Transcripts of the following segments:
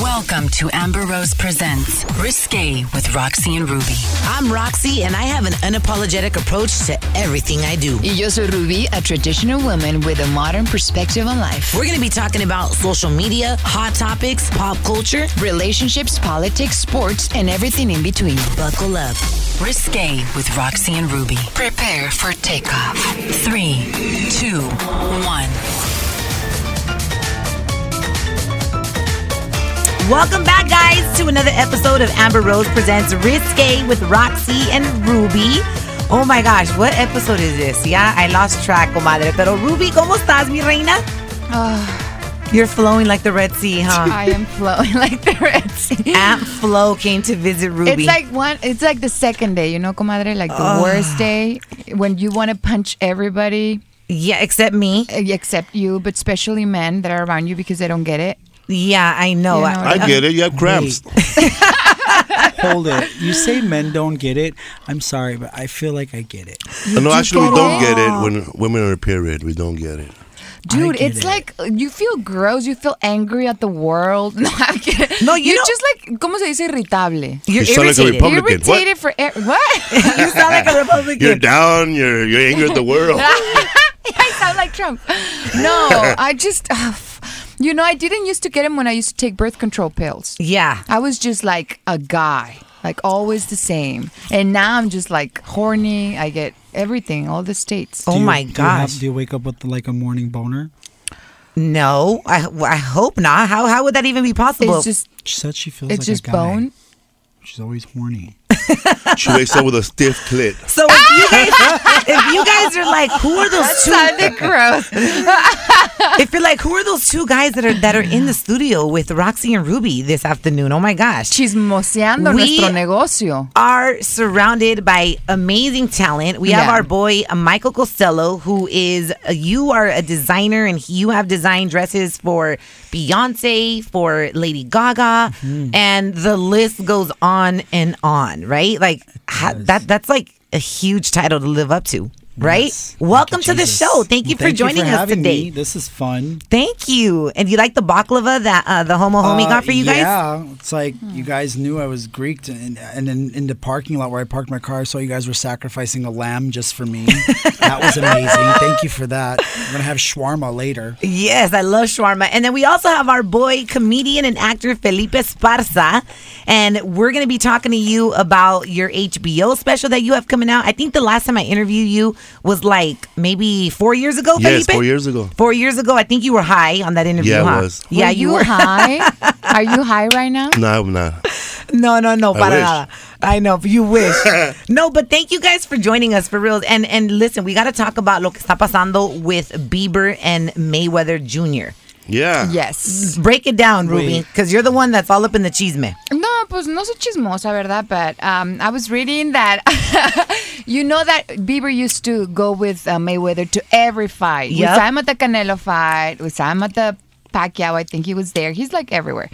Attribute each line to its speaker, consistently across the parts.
Speaker 1: Welcome to Amber Rose Presents Risque with Roxy and Ruby.
Speaker 2: I'm Roxy, and I have an unapologetic approach to everything I do.
Speaker 3: Y yo soy Ruby, a traditional woman with a modern perspective on life.
Speaker 2: We're going to be talking about social media, hot topics, pop culture.
Speaker 3: Relationships, politics, sports, and everything in between.
Speaker 2: Buckle up.
Speaker 1: Risque with Roxy and Ruby. Prepare for takeoff. Three, two, one.
Speaker 2: Welcome back, guys, to another episode of Amber Rose Presents Risque with Roxy and Ruby. Oh my gosh, what episode is this? Yeah, I lost track, comadre. Pero Ruby, ¿cómo estás, mi reina?
Speaker 3: Ah.
Speaker 2: You're flowing like the Red Sea, huh?
Speaker 3: I am flowing like the Red Sea.
Speaker 2: Aunt Flo came to visit Ruby.
Speaker 3: It's like one. It's like the second day, you know, comadre. Like the worst day when you want to punch everybody
Speaker 2: yeah, except me.
Speaker 3: eh, except you, but especially men that are around you because they don't get it.
Speaker 2: Yeah, I know.
Speaker 3: You know,
Speaker 2: I-
Speaker 4: I get it. You have cramps.
Speaker 5: Hold it. You say men don't get it. I'm sorry, but I feel like I get it.
Speaker 4: no, actually,
Speaker 3: get
Speaker 4: we don't
Speaker 3: it?
Speaker 4: get it when women are period. We don't get it.
Speaker 3: Dude,
Speaker 5: get
Speaker 3: it's
Speaker 5: it.
Speaker 3: like uh, you feel gross. You feel angry at the world. No, I'm kidding.
Speaker 2: No, you
Speaker 3: are
Speaker 2: don't-
Speaker 3: just like, ¿cómo se dice irritable?
Speaker 2: You're
Speaker 4: You sound like a
Speaker 2: irritated.
Speaker 4: Republican.
Speaker 3: irritated for e- what?
Speaker 2: you sound like a Republican.
Speaker 4: You're down. You're you're angry at the world.
Speaker 3: I sound like Trump. No, I just, uh, f- you know, I didn't used to get him when I used to take birth control pills.
Speaker 2: yeah.
Speaker 3: I was just like a guy, like always the same. And now I'm just like horny. I get everything, all the states.
Speaker 2: Oh
Speaker 5: Do you-
Speaker 2: my
Speaker 5: do you have-
Speaker 2: gosh.
Speaker 5: Do you wake up with like a morning boner?
Speaker 2: No, I, well, I hope not. How how would that even be possible?
Speaker 3: it's just,
Speaker 5: She said she feels
Speaker 3: it's
Speaker 5: like
Speaker 3: just
Speaker 5: a guy.
Speaker 3: bone.
Speaker 5: She's always horny.
Speaker 4: she wakes up with a stiff clit.
Speaker 2: so if you guys if you guys are like who are those two
Speaker 3: Sounded gross.
Speaker 2: if you're like who are those two guys that are that are in the studio with Roxy and Ruby this afternoon? Oh my gosh.
Speaker 3: Chismoseando
Speaker 2: We-
Speaker 3: nuestro negocio.
Speaker 2: Are surrounded by amazing talent. We have
Speaker 3: Yeah.
Speaker 2: our boy uh, Michael Costello, who is uh, you are a designer and you have designed dresses for Beyonce, for Lady Gaga,
Speaker 5: Mhm.
Speaker 2: and the list goes on and on. Right? Like ha- that. That's like a huge title to live up to. Right?
Speaker 5: Yes. Thank
Speaker 2: Welcome
Speaker 5: you,
Speaker 2: to the
Speaker 5: Jesus.
Speaker 2: show. Thank you for
Speaker 5: Thank
Speaker 2: joining us
Speaker 5: having
Speaker 2: today.
Speaker 5: me. This is fun.
Speaker 2: Thank you. And you like the baklava that uh, the homo homie
Speaker 5: Uh,
Speaker 2: got for you guys? Hmm.
Speaker 5: Yeah, it's like you guys knew I was Greek, and and in, in the parking lot where I parked my car, I saw you guys were sacrificing a lamb just for me. that was amazing. Thank you for that. I'm gonna have shawarma later.
Speaker 2: Yes, I love shawarma. And then we also have our boy, comedian and actor Felipe Esparza. And we're going to be talking to you about your HBO special that you have coming out. I think the last time I interviewed you was like maybe four years ago,
Speaker 4: Yes,
Speaker 2: Felipe?
Speaker 4: four years ago.
Speaker 2: Four years ago. I think you were high on that interview,
Speaker 4: Yeah, I
Speaker 2: huh?
Speaker 4: was.
Speaker 2: Yeah,
Speaker 3: Were
Speaker 2: you were.
Speaker 3: high? Are you high right now?
Speaker 4: No, I'm not.
Speaker 2: No, no, no,
Speaker 4: I
Speaker 2: para
Speaker 4: wish.
Speaker 2: nada. I know, you wish. no, but thank you guys for joining us for real. And and listen, we got to talk about lo que está pasando with Bieber and Mayweather Jr.
Speaker 4: Yeah.
Speaker 3: Yes.
Speaker 2: Break it down,
Speaker 5: Wait.
Speaker 2: Ruby, because you're the one that's all up in the chisme.
Speaker 3: No, pues no soy chismosa, ¿verdad? But um, I was reading that, you know that Bieber used to go with uh, Mayweather to every fight.
Speaker 2: Yep.
Speaker 3: We saw him at the Canelo fight. We saw him at the Pacquiao. I think he was there. He's like everywhere.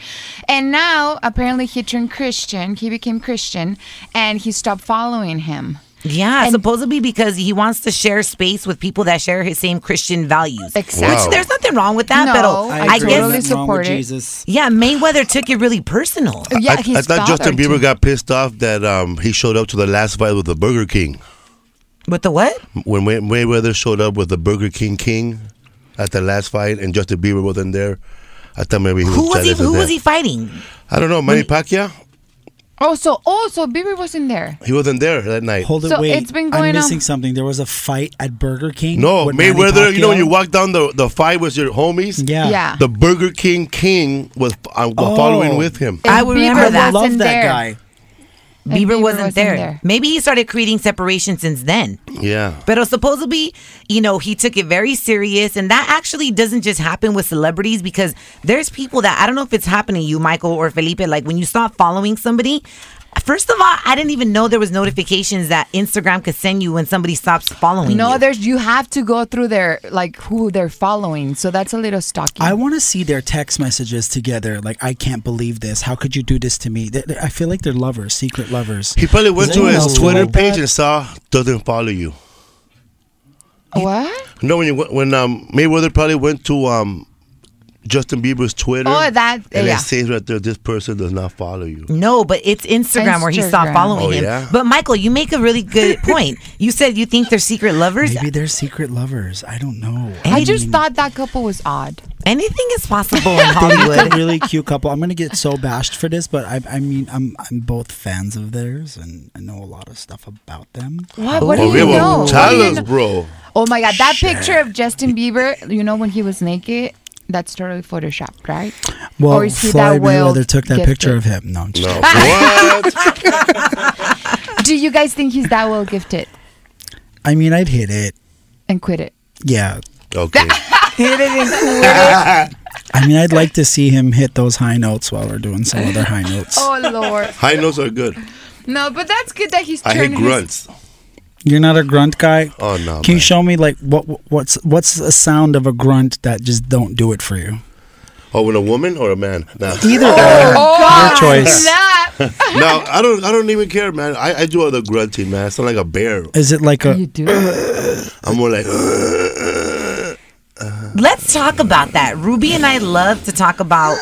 Speaker 3: And now, apparently, he turned Christian. He became Christian. And he stopped following him.
Speaker 2: Yeah, supposedly because he wants to share space with people that share his same Christian values.
Speaker 3: Exactly.
Speaker 4: Wow.
Speaker 2: Which there's nothing wrong with that,
Speaker 3: No,
Speaker 2: but
Speaker 3: I
Speaker 2: I,
Speaker 3: agree. Totally
Speaker 2: guess.
Speaker 5: nothing wrong with
Speaker 3: support it.
Speaker 5: Jesus.
Speaker 2: Yeah, Mayweather took it really personal.
Speaker 3: Yeah,
Speaker 4: I, I
Speaker 3: his
Speaker 4: thought Justin
Speaker 3: father,
Speaker 4: Bieber
Speaker 3: too.
Speaker 4: got pissed off that um, he showed up to the last fight with the Burger King
Speaker 2: With the what?
Speaker 4: when May- Mayweather showed up with the Burger King King at the last fight, and Justin Bieber wasn't there. I thought maybe he was
Speaker 2: Who was he?
Speaker 4: jealous of
Speaker 2: Who
Speaker 4: that.
Speaker 2: was he fighting?
Speaker 4: I don't know. Manny Pacquiao.
Speaker 3: Oh, so, oh, so Bieber wasn't there.
Speaker 4: He wasn't there that night.
Speaker 5: Hold it,
Speaker 3: So
Speaker 5: wait.
Speaker 3: it's been going on-
Speaker 5: I'm missing something. There was a fight at Burger King.
Speaker 4: No,
Speaker 5: with Manny
Speaker 4: Mayweather. You know when you
Speaker 5: Pacquiao.
Speaker 4: walk down the, the fight with your homies.
Speaker 5: Yeah.
Speaker 3: Yeah.
Speaker 4: The Burger King King was uh, was
Speaker 5: Oh.
Speaker 4: following with him.
Speaker 2: I
Speaker 3: And
Speaker 2: would
Speaker 3: Bieber
Speaker 2: remember that.
Speaker 5: I love
Speaker 3: wasn't
Speaker 5: that
Speaker 3: there.
Speaker 5: guy.
Speaker 2: Bieber,
Speaker 3: Bieber
Speaker 2: wasn't,
Speaker 3: wasn't
Speaker 2: there.
Speaker 3: there.
Speaker 2: Maybe he started creating separation since then.
Speaker 4: Yeah.
Speaker 2: But supposedly, you know, he took it very serious. And that actually doesn't just happen with celebrities because there's people that I don't know if it's happening to you, Michael or Felipe. Like when you stop following somebody, first of all, I didn't even know there was notifications that Instagram could send you when somebody stops following
Speaker 3: No,
Speaker 2: you.
Speaker 3: there's you have to go through their like who they're following. So that's a little stalking.
Speaker 6: I want to see their text messages together. Like, I can't believe this. How could you do this to me? They- they- I feel like they're lovers, secret lovers.
Speaker 4: He probably went to
Speaker 6: Emails
Speaker 4: his
Speaker 6: to
Speaker 4: Twitter
Speaker 6: like that.
Speaker 4: page and saw doesn't follow you.
Speaker 3: what?
Speaker 4: No, when you went- when um Mayweather probably went to um Justin Bieber's Twitter.
Speaker 3: Oh, that-
Speaker 4: and
Speaker 3: yeah.
Speaker 4: it says right there, this person does not follow you.
Speaker 2: No, but it's Instagram, where he stopped
Speaker 3: Instagram.
Speaker 2: following
Speaker 4: Oh,
Speaker 2: him.
Speaker 4: yeah.
Speaker 2: But Michael, you make a really good point. You said you think they're secret lovers.
Speaker 6: Maybe they're secret lovers. I don't know.
Speaker 3: I just thought that couple was odd.
Speaker 2: Anything is possible in
Speaker 6: They're a
Speaker 2: Hollywood.
Speaker 6: really cute couple. I'm gonna get so bashed for this, but I, I mean, I'm I'm both fans of theirs, and I know a lot of stuff about them.
Speaker 3: What? What
Speaker 4: Oh,
Speaker 3: do you
Speaker 4: yeah,
Speaker 3: know?
Speaker 4: well,
Speaker 3: What do
Speaker 4: tell
Speaker 3: you
Speaker 4: us,
Speaker 3: know?
Speaker 4: bro.
Speaker 3: Oh my god, that picture of Justin Bieber, you know when he was naked, that's totally photoshopped, right?
Speaker 6: Well,
Speaker 3: Or is he that
Speaker 6: Floyd
Speaker 3: well
Speaker 6: Mayweather took that
Speaker 3: gifted?
Speaker 6: picture of him. No, I'm just
Speaker 4: No. what?
Speaker 3: Do you guys think he's that well gifted?
Speaker 6: I mean, I'd hit it.
Speaker 3: And quit it.
Speaker 6: Yeah,
Speaker 4: Okay.
Speaker 6: I mean, I'd like to see him hit those high notes while we're doing some other high notes.
Speaker 3: Oh lord.
Speaker 4: High notes are good.
Speaker 3: No, but that's good that he's
Speaker 4: I
Speaker 3: turning
Speaker 4: hate
Speaker 3: his-
Speaker 4: grunts.
Speaker 6: You're not a grunt guy.
Speaker 4: Oh no.
Speaker 6: Can you
Speaker 4: man.
Speaker 6: show me like what what's what's a sound of a grunt that just don't do it for you?
Speaker 4: Oh, with a woman or a man? No.
Speaker 6: Either
Speaker 3: Oh,
Speaker 6: or, your choice.
Speaker 3: That
Speaker 4: no, I don't. I don't even care, man. I, I do all the grunting, man. I sound like a bear.
Speaker 6: Is it like
Speaker 3: you
Speaker 6: a
Speaker 3: do.
Speaker 4: I'm more like.
Speaker 2: Let's talk about that. Ruby and I love to talk about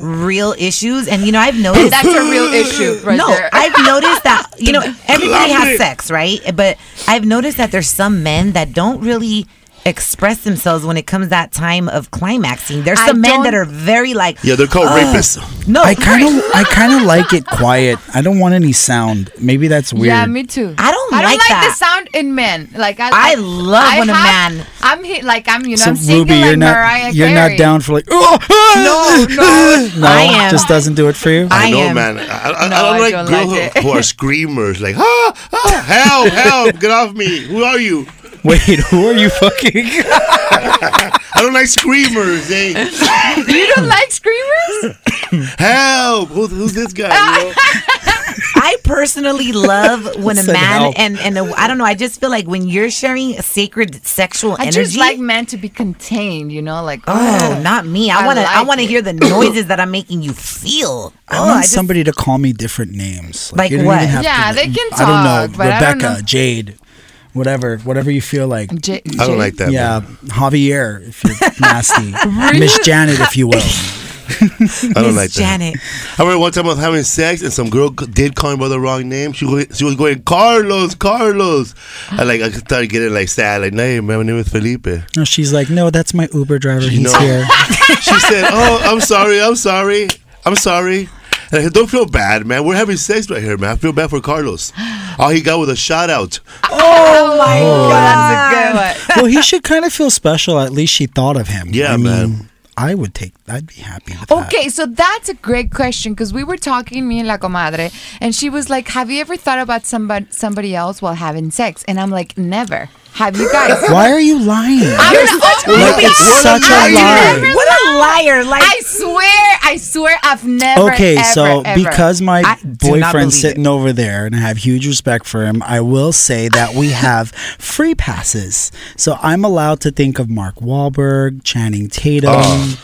Speaker 2: real issues, and you know I've noticed
Speaker 3: That's a real issue, right
Speaker 2: no,
Speaker 3: there.
Speaker 2: I've noticed that you know everybody
Speaker 4: Love
Speaker 2: has
Speaker 4: it.
Speaker 2: sex, right? But I've noticed that there's some men that don't really express themselves when it comes that time of climaxing. There's
Speaker 3: I
Speaker 2: some men
Speaker 3: don't-
Speaker 2: that are very like
Speaker 4: Yeah, they're called
Speaker 2: "Ugh."
Speaker 4: rapists.
Speaker 2: No,
Speaker 6: I kind of I kind of like it quiet. I don't want any sound. Maybe that's weird.
Speaker 3: Yeah, me too.
Speaker 2: I don't
Speaker 3: I don't
Speaker 2: like
Speaker 3: like,
Speaker 2: that.
Speaker 3: the sound in men. Like I,
Speaker 2: I love when a man-
Speaker 3: I'm hit, like I'm, you know,
Speaker 6: so
Speaker 3: I'm single
Speaker 6: Ruby,
Speaker 3: like
Speaker 6: you're not
Speaker 3: Mariah
Speaker 6: you're
Speaker 3: Carey.
Speaker 6: not down for like oh, ah,
Speaker 3: No, no.
Speaker 6: no,
Speaker 2: I am.
Speaker 6: just doesn't do it for you.
Speaker 2: I
Speaker 4: I know,
Speaker 2: am-
Speaker 4: man. I, I,
Speaker 3: No,
Speaker 4: I
Speaker 3: I
Speaker 4: don't like
Speaker 3: don't
Speaker 4: girls
Speaker 3: like
Speaker 4: who,
Speaker 3: it.
Speaker 4: who are screamers. Like, ah, ah, help, help, get off me. Who are you?
Speaker 6: Wait, who are you fucking?
Speaker 4: I don't like screamers. eh? Hey,
Speaker 3: You don't like screamers?
Speaker 4: help. Who, who's this guy? You know?
Speaker 2: I personally love when a
Speaker 6: Said
Speaker 2: man
Speaker 6: help.
Speaker 2: and and a, I don't know. I just feel like when you're sharing sacred sexual
Speaker 3: I
Speaker 2: energy,
Speaker 3: just like men to be contained. You know, like
Speaker 2: Oh, not me. I
Speaker 3: I
Speaker 2: want to. I
Speaker 3: like
Speaker 2: want to
Speaker 3: it.
Speaker 2: hear the noises that I'm making you feel.
Speaker 6: I
Speaker 2: oh,
Speaker 6: want
Speaker 2: just-
Speaker 6: somebody to call me different names.
Speaker 2: Like
Speaker 6: you don't
Speaker 2: what?
Speaker 6: even have
Speaker 3: Yeah,
Speaker 6: to,
Speaker 3: they can
Speaker 6: I don't
Speaker 3: talk,
Speaker 6: know.
Speaker 3: but I
Speaker 6: Rebecca,
Speaker 3: don't know.
Speaker 6: Jade, whatever, whatever you feel Oh, like.
Speaker 3: oh, J-
Speaker 4: I
Speaker 3: J-
Speaker 4: don't like that.
Speaker 6: yeah,
Speaker 4: man.
Speaker 6: Javier, if you're nasty, Miss Janet, if you will.
Speaker 4: I don't
Speaker 2: Miss
Speaker 4: like that.
Speaker 2: Janet.
Speaker 4: I remember one time I was having sex and some girl g- did call me by the wrong name. She was, she was going Carlos, Carlos. I like I started getting like sad. Like, no, my name is Felipe.
Speaker 6: No, she's like, no, that's my Uber driver. He's
Speaker 4: know.
Speaker 6: here.
Speaker 4: She said, "Oh, I'm sorry, I'm sorry, I'm sorry." And I said, "Don't feel bad, man. We're having sex right here, man. I feel bad for Carlos. All he got was a shout out.
Speaker 3: Oh my god,
Speaker 2: Oh.
Speaker 3: that's a good one.
Speaker 6: well, he should kind of feel special. At least she thought of him.
Speaker 4: Yeah,
Speaker 6: I
Speaker 4: man.
Speaker 6: I would take. I'd be happy with that.
Speaker 3: Okay, so that's a great question because we were talking me and la comadre, and she was like, "Have you ever thought about somebody somebody else while having sex?" And I'm like, "Never. Have you guys?"
Speaker 6: Why are you lying?
Speaker 3: I'm gonna-
Speaker 6: Like, it's such a
Speaker 3: I
Speaker 6: lie.
Speaker 3: never
Speaker 2: What a liar! Like
Speaker 3: I swear, I swear, I've never.
Speaker 6: Okay,
Speaker 3: ever,
Speaker 6: so
Speaker 3: ever.
Speaker 6: because my
Speaker 2: I do not believe
Speaker 6: boyfriend's sitting
Speaker 2: it.
Speaker 6: over there and I have huge respect for him, I will say that we have free passes. So I'm allowed to think of Mark Wahlberg, Channing Tatum.
Speaker 4: Oh,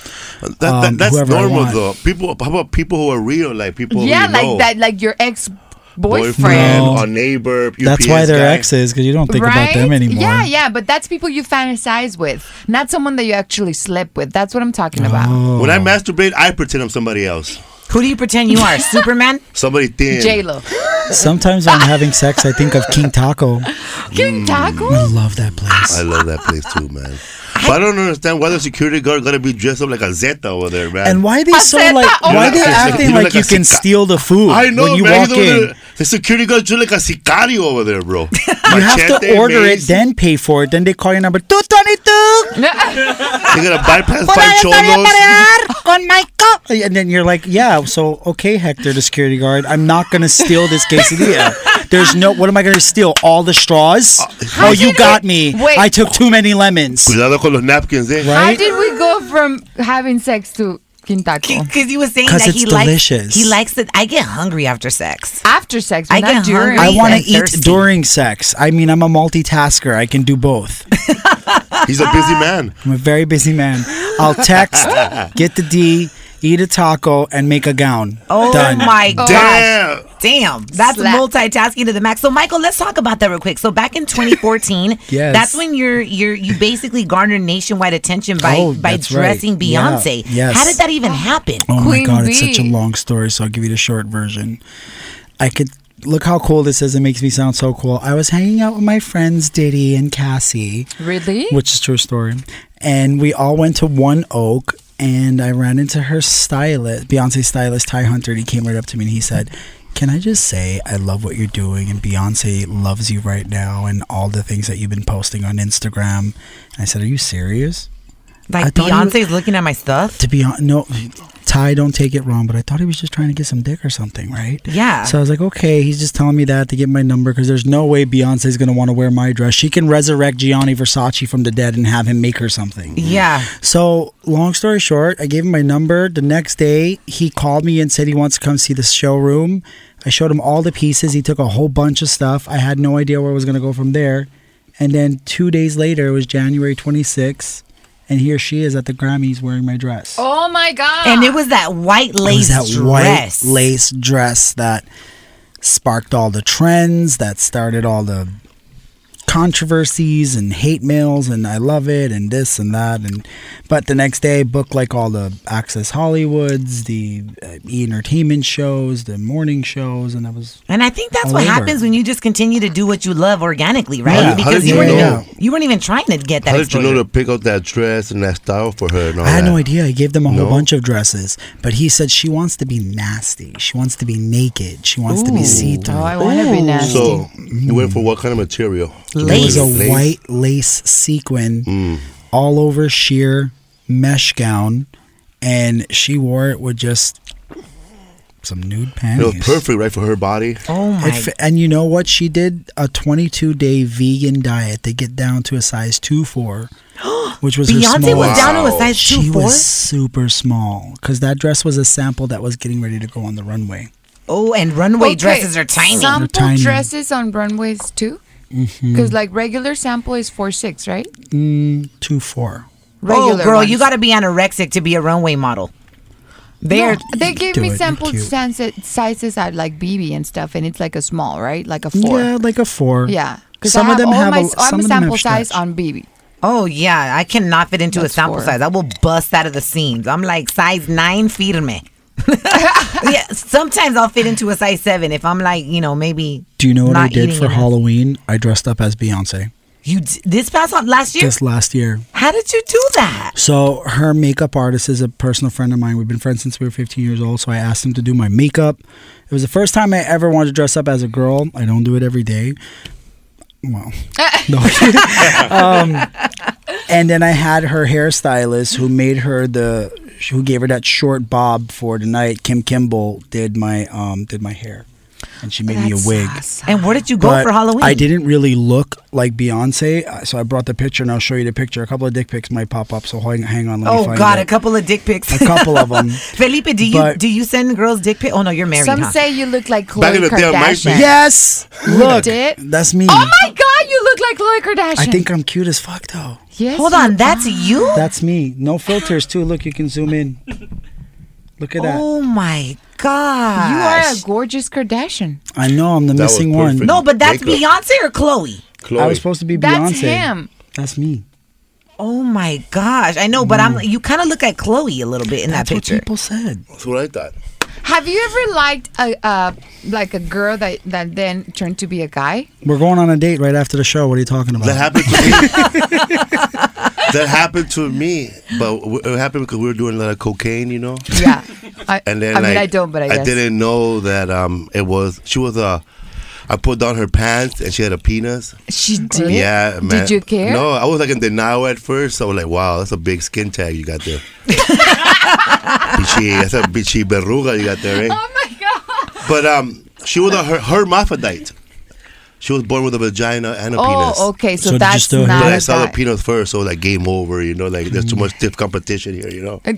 Speaker 4: That, that-
Speaker 6: Um,
Speaker 4: that's
Speaker 6: whoever I
Speaker 4: normal,
Speaker 6: want.
Speaker 4: though. People, how about people who are real, like people?
Speaker 3: yeah,
Speaker 4: who you
Speaker 3: like
Speaker 4: know.
Speaker 3: that, like your ex
Speaker 4: Boyfriend,
Speaker 3: boyfriend.
Speaker 6: No.
Speaker 4: or neighbor. UPS
Speaker 6: that's why they're
Speaker 4: guy.
Speaker 6: exes because you don't think
Speaker 3: right?
Speaker 6: about them anymore.
Speaker 3: Yeah, yeah, but that's people you fantasize with, not someone that you actually slept with. That's what I'm talking about.
Speaker 6: Oh.
Speaker 4: When I masturbate, I pretend I'm somebody else.
Speaker 2: who do you pretend you are? Superman?
Speaker 4: Somebody thin.
Speaker 3: J Lo,
Speaker 6: Sometimes when I'm having sex, I think of King Taco.
Speaker 3: King Taco.
Speaker 6: Mm. Love that place.
Speaker 4: I love that place too, man. But I don't understand why the security guard got to be dressed up like a Zeta over there, man.
Speaker 6: And why they so
Speaker 3: said
Speaker 6: like?
Speaker 3: that all
Speaker 6: Why
Speaker 4: the
Speaker 6: they
Speaker 4: time. You
Speaker 6: acting
Speaker 4: look
Speaker 6: like
Speaker 4: like
Speaker 6: you
Speaker 4: a
Speaker 6: can
Speaker 4: sica-
Speaker 6: steal the food?
Speaker 4: I know,
Speaker 6: when you
Speaker 4: man.
Speaker 6: walk
Speaker 4: He's over
Speaker 6: in.
Speaker 4: there- the security guard dressed like a sicario over there, bro.
Speaker 6: You have to order it, then pay for it, then they call your number two twenty two.
Speaker 4: They're gonna bypass five cholos.
Speaker 6: Michael. Uh, And then you're like, yeah, so okay, Hector, the security guard, I'm not gonna steal this quesadilla. There's no. What am I gonna steal? All the straws? oh, you
Speaker 3: did
Speaker 6: got
Speaker 3: it-
Speaker 6: me.
Speaker 3: Wait.
Speaker 6: I took too many lemons.
Speaker 4: Cuidado con los napkins, eh?
Speaker 6: Right?
Speaker 3: How did we go from having sex to quintaco?
Speaker 2: Because he was saying
Speaker 6: 'Cause
Speaker 2: that
Speaker 6: it's
Speaker 2: he
Speaker 6: delicious.
Speaker 2: likes he likes it. I get hungry after sex.
Speaker 3: After sex,
Speaker 2: I
Speaker 3: but not
Speaker 2: get
Speaker 3: during.
Speaker 2: hungry.
Speaker 6: I want to
Speaker 2: and
Speaker 6: eat
Speaker 2: thirsty.
Speaker 6: during sex. I mean, I'm a multitasker. I can do both.
Speaker 4: He's a
Speaker 6: Ah.
Speaker 4: busy man.
Speaker 6: I'm a very busy man. I'll text, get the D, eat a taco, and make a gown.
Speaker 2: Oh
Speaker 6: Done.
Speaker 2: my god.
Speaker 4: Damn.
Speaker 2: Damn, that's
Speaker 3: Slap.
Speaker 2: multitasking to the max. So, Michael, let's talk about that real quick. So, back in 2014,
Speaker 6: Yes.
Speaker 2: that's when you're you're you basically garnered nationwide attention by
Speaker 6: Oh,
Speaker 2: by
Speaker 6: that's right.
Speaker 2: dressing
Speaker 6: Yeah.
Speaker 2: Beyonce.
Speaker 6: Yes.
Speaker 2: How did that even happen?
Speaker 6: Oh
Speaker 3: Queen
Speaker 6: my god, it's such a
Speaker 3: bee.
Speaker 6: long story, so I'll give you the short version. I could look how cool this is. It makes me sound so cool. I was hanging out with my friends Diddy and Cassie,
Speaker 3: Really?
Speaker 6: which is true story, and we all went to One Oak. And I ran into her stylist, Beyonce stylist Ty Hunter. And he came right up to me and he said, "Can I just say I love what you're doing and Beyonce loves you right now and all the things that you've been posting on Instagram." And I said, "Are you serious?" I
Speaker 2: Like
Speaker 6: thought he was-
Speaker 2: Beyonce's looking at my stuff.
Speaker 6: to be on no ty don't take it wrong but i thought he was just trying to get some dick or something right
Speaker 2: Yeah.
Speaker 6: so i was like okay he's just telling me that to get my number because there's no way beyonce's going to want to wear my dress she can resurrect gianni versace from the dead and have him make her something
Speaker 2: Yeah.
Speaker 6: so long story short i gave him my number the next day he called me and said he wants to come see the showroom i showed him all the pieces he took a whole bunch of stuff i had no idea where it was going to go from there and then two days later it was january 26th and here she is at the grammys wearing my dress
Speaker 3: Oh my god!
Speaker 2: And it was that white
Speaker 6: it was
Speaker 2: lace
Speaker 6: that
Speaker 2: dress.
Speaker 6: white lace dress that sparked all the trends, that started all the controversies and hate mails and I love it and this and that and but the next day booked like all the Access Hollywoods, the uh, E entertainment shows, the morning shows and I was
Speaker 2: And I think that's
Speaker 6: All
Speaker 2: what
Speaker 6: over.
Speaker 2: happens when you just continue to do what you love organically, right?
Speaker 6: Yeah. How
Speaker 2: Because
Speaker 4: did
Speaker 2: you
Speaker 4: you
Speaker 2: weren't
Speaker 4: know?
Speaker 2: even you weren't even trying to get that
Speaker 4: How did you know
Speaker 2: exposure.
Speaker 4: to pick out that dress and that style for her? And all
Speaker 6: I had
Speaker 4: that?
Speaker 6: no idea. I gave them a whole
Speaker 4: Oh, No?
Speaker 6: bunch of dresses, but he said she wants to be nasty. She wants to be naked. She wants to be see through.
Speaker 3: Oh, I want to be nasty.
Speaker 4: So you went for what kind of material?
Speaker 6: It was
Speaker 2: Lace.
Speaker 6: a white lace sequin
Speaker 4: Mm.
Speaker 6: all over sheer mesh gown, and she wore it with just some nude
Speaker 4: It was
Speaker 6: panties.
Speaker 4: perfect, right, for her body.
Speaker 2: oh my
Speaker 6: It fi- and you know what? She did a 22 day vegan diet to get down to a size 2 4, which was her
Speaker 2: Beyonce
Speaker 6: smallest.
Speaker 2: was down to a size
Speaker 6: she
Speaker 2: two four.
Speaker 6: was super small because that dress was a sample that was getting ready to go on the runway.
Speaker 2: Oh, and runway
Speaker 3: Okay,
Speaker 2: dresses are tiny.
Speaker 6: They're
Speaker 3: Sample
Speaker 6: tiny. Mm-hmm.
Speaker 3: dresses on runways too, because like regular sample is four six, right?
Speaker 6: Mm, 2 4.
Speaker 3: Regular
Speaker 2: oh, girl, you
Speaker 3: ones.
Speaker 2: got to be anorexic to be a runway model. They're
Speaker 3: No, they gave
Speaker 6: do it,
Speaker 3: me
Speaker 6: you're
Speaker 3: sample
Speaker 6: cute.
Speaker 3: sansa- sizes at like BB and stuff, and it's like a small, right? Like a four.
Speaker 6: Yeah, like a 4.
Speaker 3: Yeah. Because
Speaker 6: Some
Speaker 3: I have
Speaker 6: of them
Speaker 3: all
Speaker 6: have
Speaker 3: my
Speaker 6: a-
Speaker 3: I'm
Speaker 6: some of them have
Speaker 3: sample size
Speaker 6: stretch.
Speaker 3: on BB.
Speaker 2: oh yeah, I cannot fit into
Speaker 3: That's
Speaker 2: a sample
Speaker 3: four.
Speaker 2: size. I will bust out of the seams. I'm like size nine firme. yeah, sometimes I'll fit into a size seven if I'm like you know maybe.
Speaker 6: Do you know what I
Speaker 2: not
Speaker 6: did
Speaker 2: eating
Speaker 6: for
Speaker 2: enough.
Speaker 6: Halloween? I dressed up as Beyonce
Speaker 2: You d- this past last year?
Speaker 6: just last year.
Speaker 2: How did you do that?
Speaker 6: So her makeup artist is a personal friend of mine. We've been friends since we were 15 years old. So I asked him to do my makeup. It was the first time I ever wanted to dress up as a girl. I don't do it every day. Well, no. um, and then I had her hairstylist who made her the who gave her that short bob for tonight. Kim Kimball did my um did my hair, and she made me a wig.
Speaker 2: And where did you go
Speaker 6: But
Speaker 2: for Halloween?
Speaker 6: I didn't really look like Beyonce, uh, so I brought the picture and I'll show you the picture. A couple of dick pics might pop up, so hang, hang on. Let me
Speaker 2: Oh
Speaker 6: find
Speaker 2: God,
Speaker 6: it.
Speaker 2: a couple of dick pics.
Speaker 6: A couple of 'em.
Speaker 2: Felipe, do you
Speaker 6: But-
Speaker 2: do you send girls dick pics? Oh no, you're married.
Speaker 3: Some
Speaker 2: huh?
Speaker 3: say you look like Khloe
Speaker 4: in the day, I might be.
Speaker 3: Kardashian.
Speaker 6: Yes, look,
Speaker 3: did?
Speaker 6: that's me.
Speaker 3: Oh my God, you look like Khloe Kardashian.
Speaker 6: I think I'm cute as fuck though.
Speaker 3: Yes,
Speaker 2: Hold
Speaker 3: you
Speaker 2: on, that's
Speaker 3: are.
Speaker 2: you.
Speaker 6: That's me. No filters too. Look, you can zoom in. Look at that.
Speaker 2: Oh my
Speaker 3: You are a
Speaker 2: God.
Speaker 3: gorgeous Kardashian.
Speaker 6: I know I'm the
Speaker 4: That was
Speaker 6: missing one.
Speaker 4: perfect.
Speaker 2: No, but that's
Speaker 4: Makeup.
Speaker 2: Beyonce or Chloe.
Speaker 4: Chloe.
Speaker 6: I was supposed to be
Speaker 3: That's
Speaker 6: Beyonce.
Speaker 3: him.
Speaker 6: That's me.
Speaker 2: Oh my gosh, I know, but
Speaker 6: Mm.
Speaker 2: I'm. You kind of look like Chloe a little bit in
Speaker 6: That's
Speaker 2: that
Speaker 6: what
Speaker 2: picture.
Speaker 6: people said.
Speaker 4: That's what I thought.
Speaker 3: Have you ever liked a uh, like a girl that that then turned to be a guy?
Speaker 6: We're going on a date right after the show. What are you talking about?
Speaker 4: That happened to me. that happened to me, but w- it happened because we were doing a lot of cocaine, you know.
Speaker 3: Yeah. I,
Speaker 4: And then
Speaker 3: I mean,
Speaker 4: like,
Speaker 3: I don't, but I, guess.
Speaker 4: didn't know that um it was she was a. I pulled down her pants and she had a penis.
Speaker 3: She did?
Speaker 4: Yeah, man.
Speaker 3: Did you care?
Speaker 4: No, I was like in denial at first. I was like, wow, that's a big skin tag you got there. Pichi, that's a bitchy berruga you got there, right?
Speaker 3: Oh my God.
Speaker 4: But um, she was a her- hermaphrodite. She was born with a vagina and a
Speaker 3: Oh,
Speaker 4: penis.
Speaker 3: okay. So,
Speaker 6: So did you
Speaker 3: that's
Speaker 6: still
Speaker 3: not.
Speaker 4: But
Speaker 6: have-
Speaker 4: I saw the
Speaker 3: that- Mm.
Speaker 4: penis first, so like game over, you know, like there's too much stiff competition here, you know.
Speaker 3: Uh,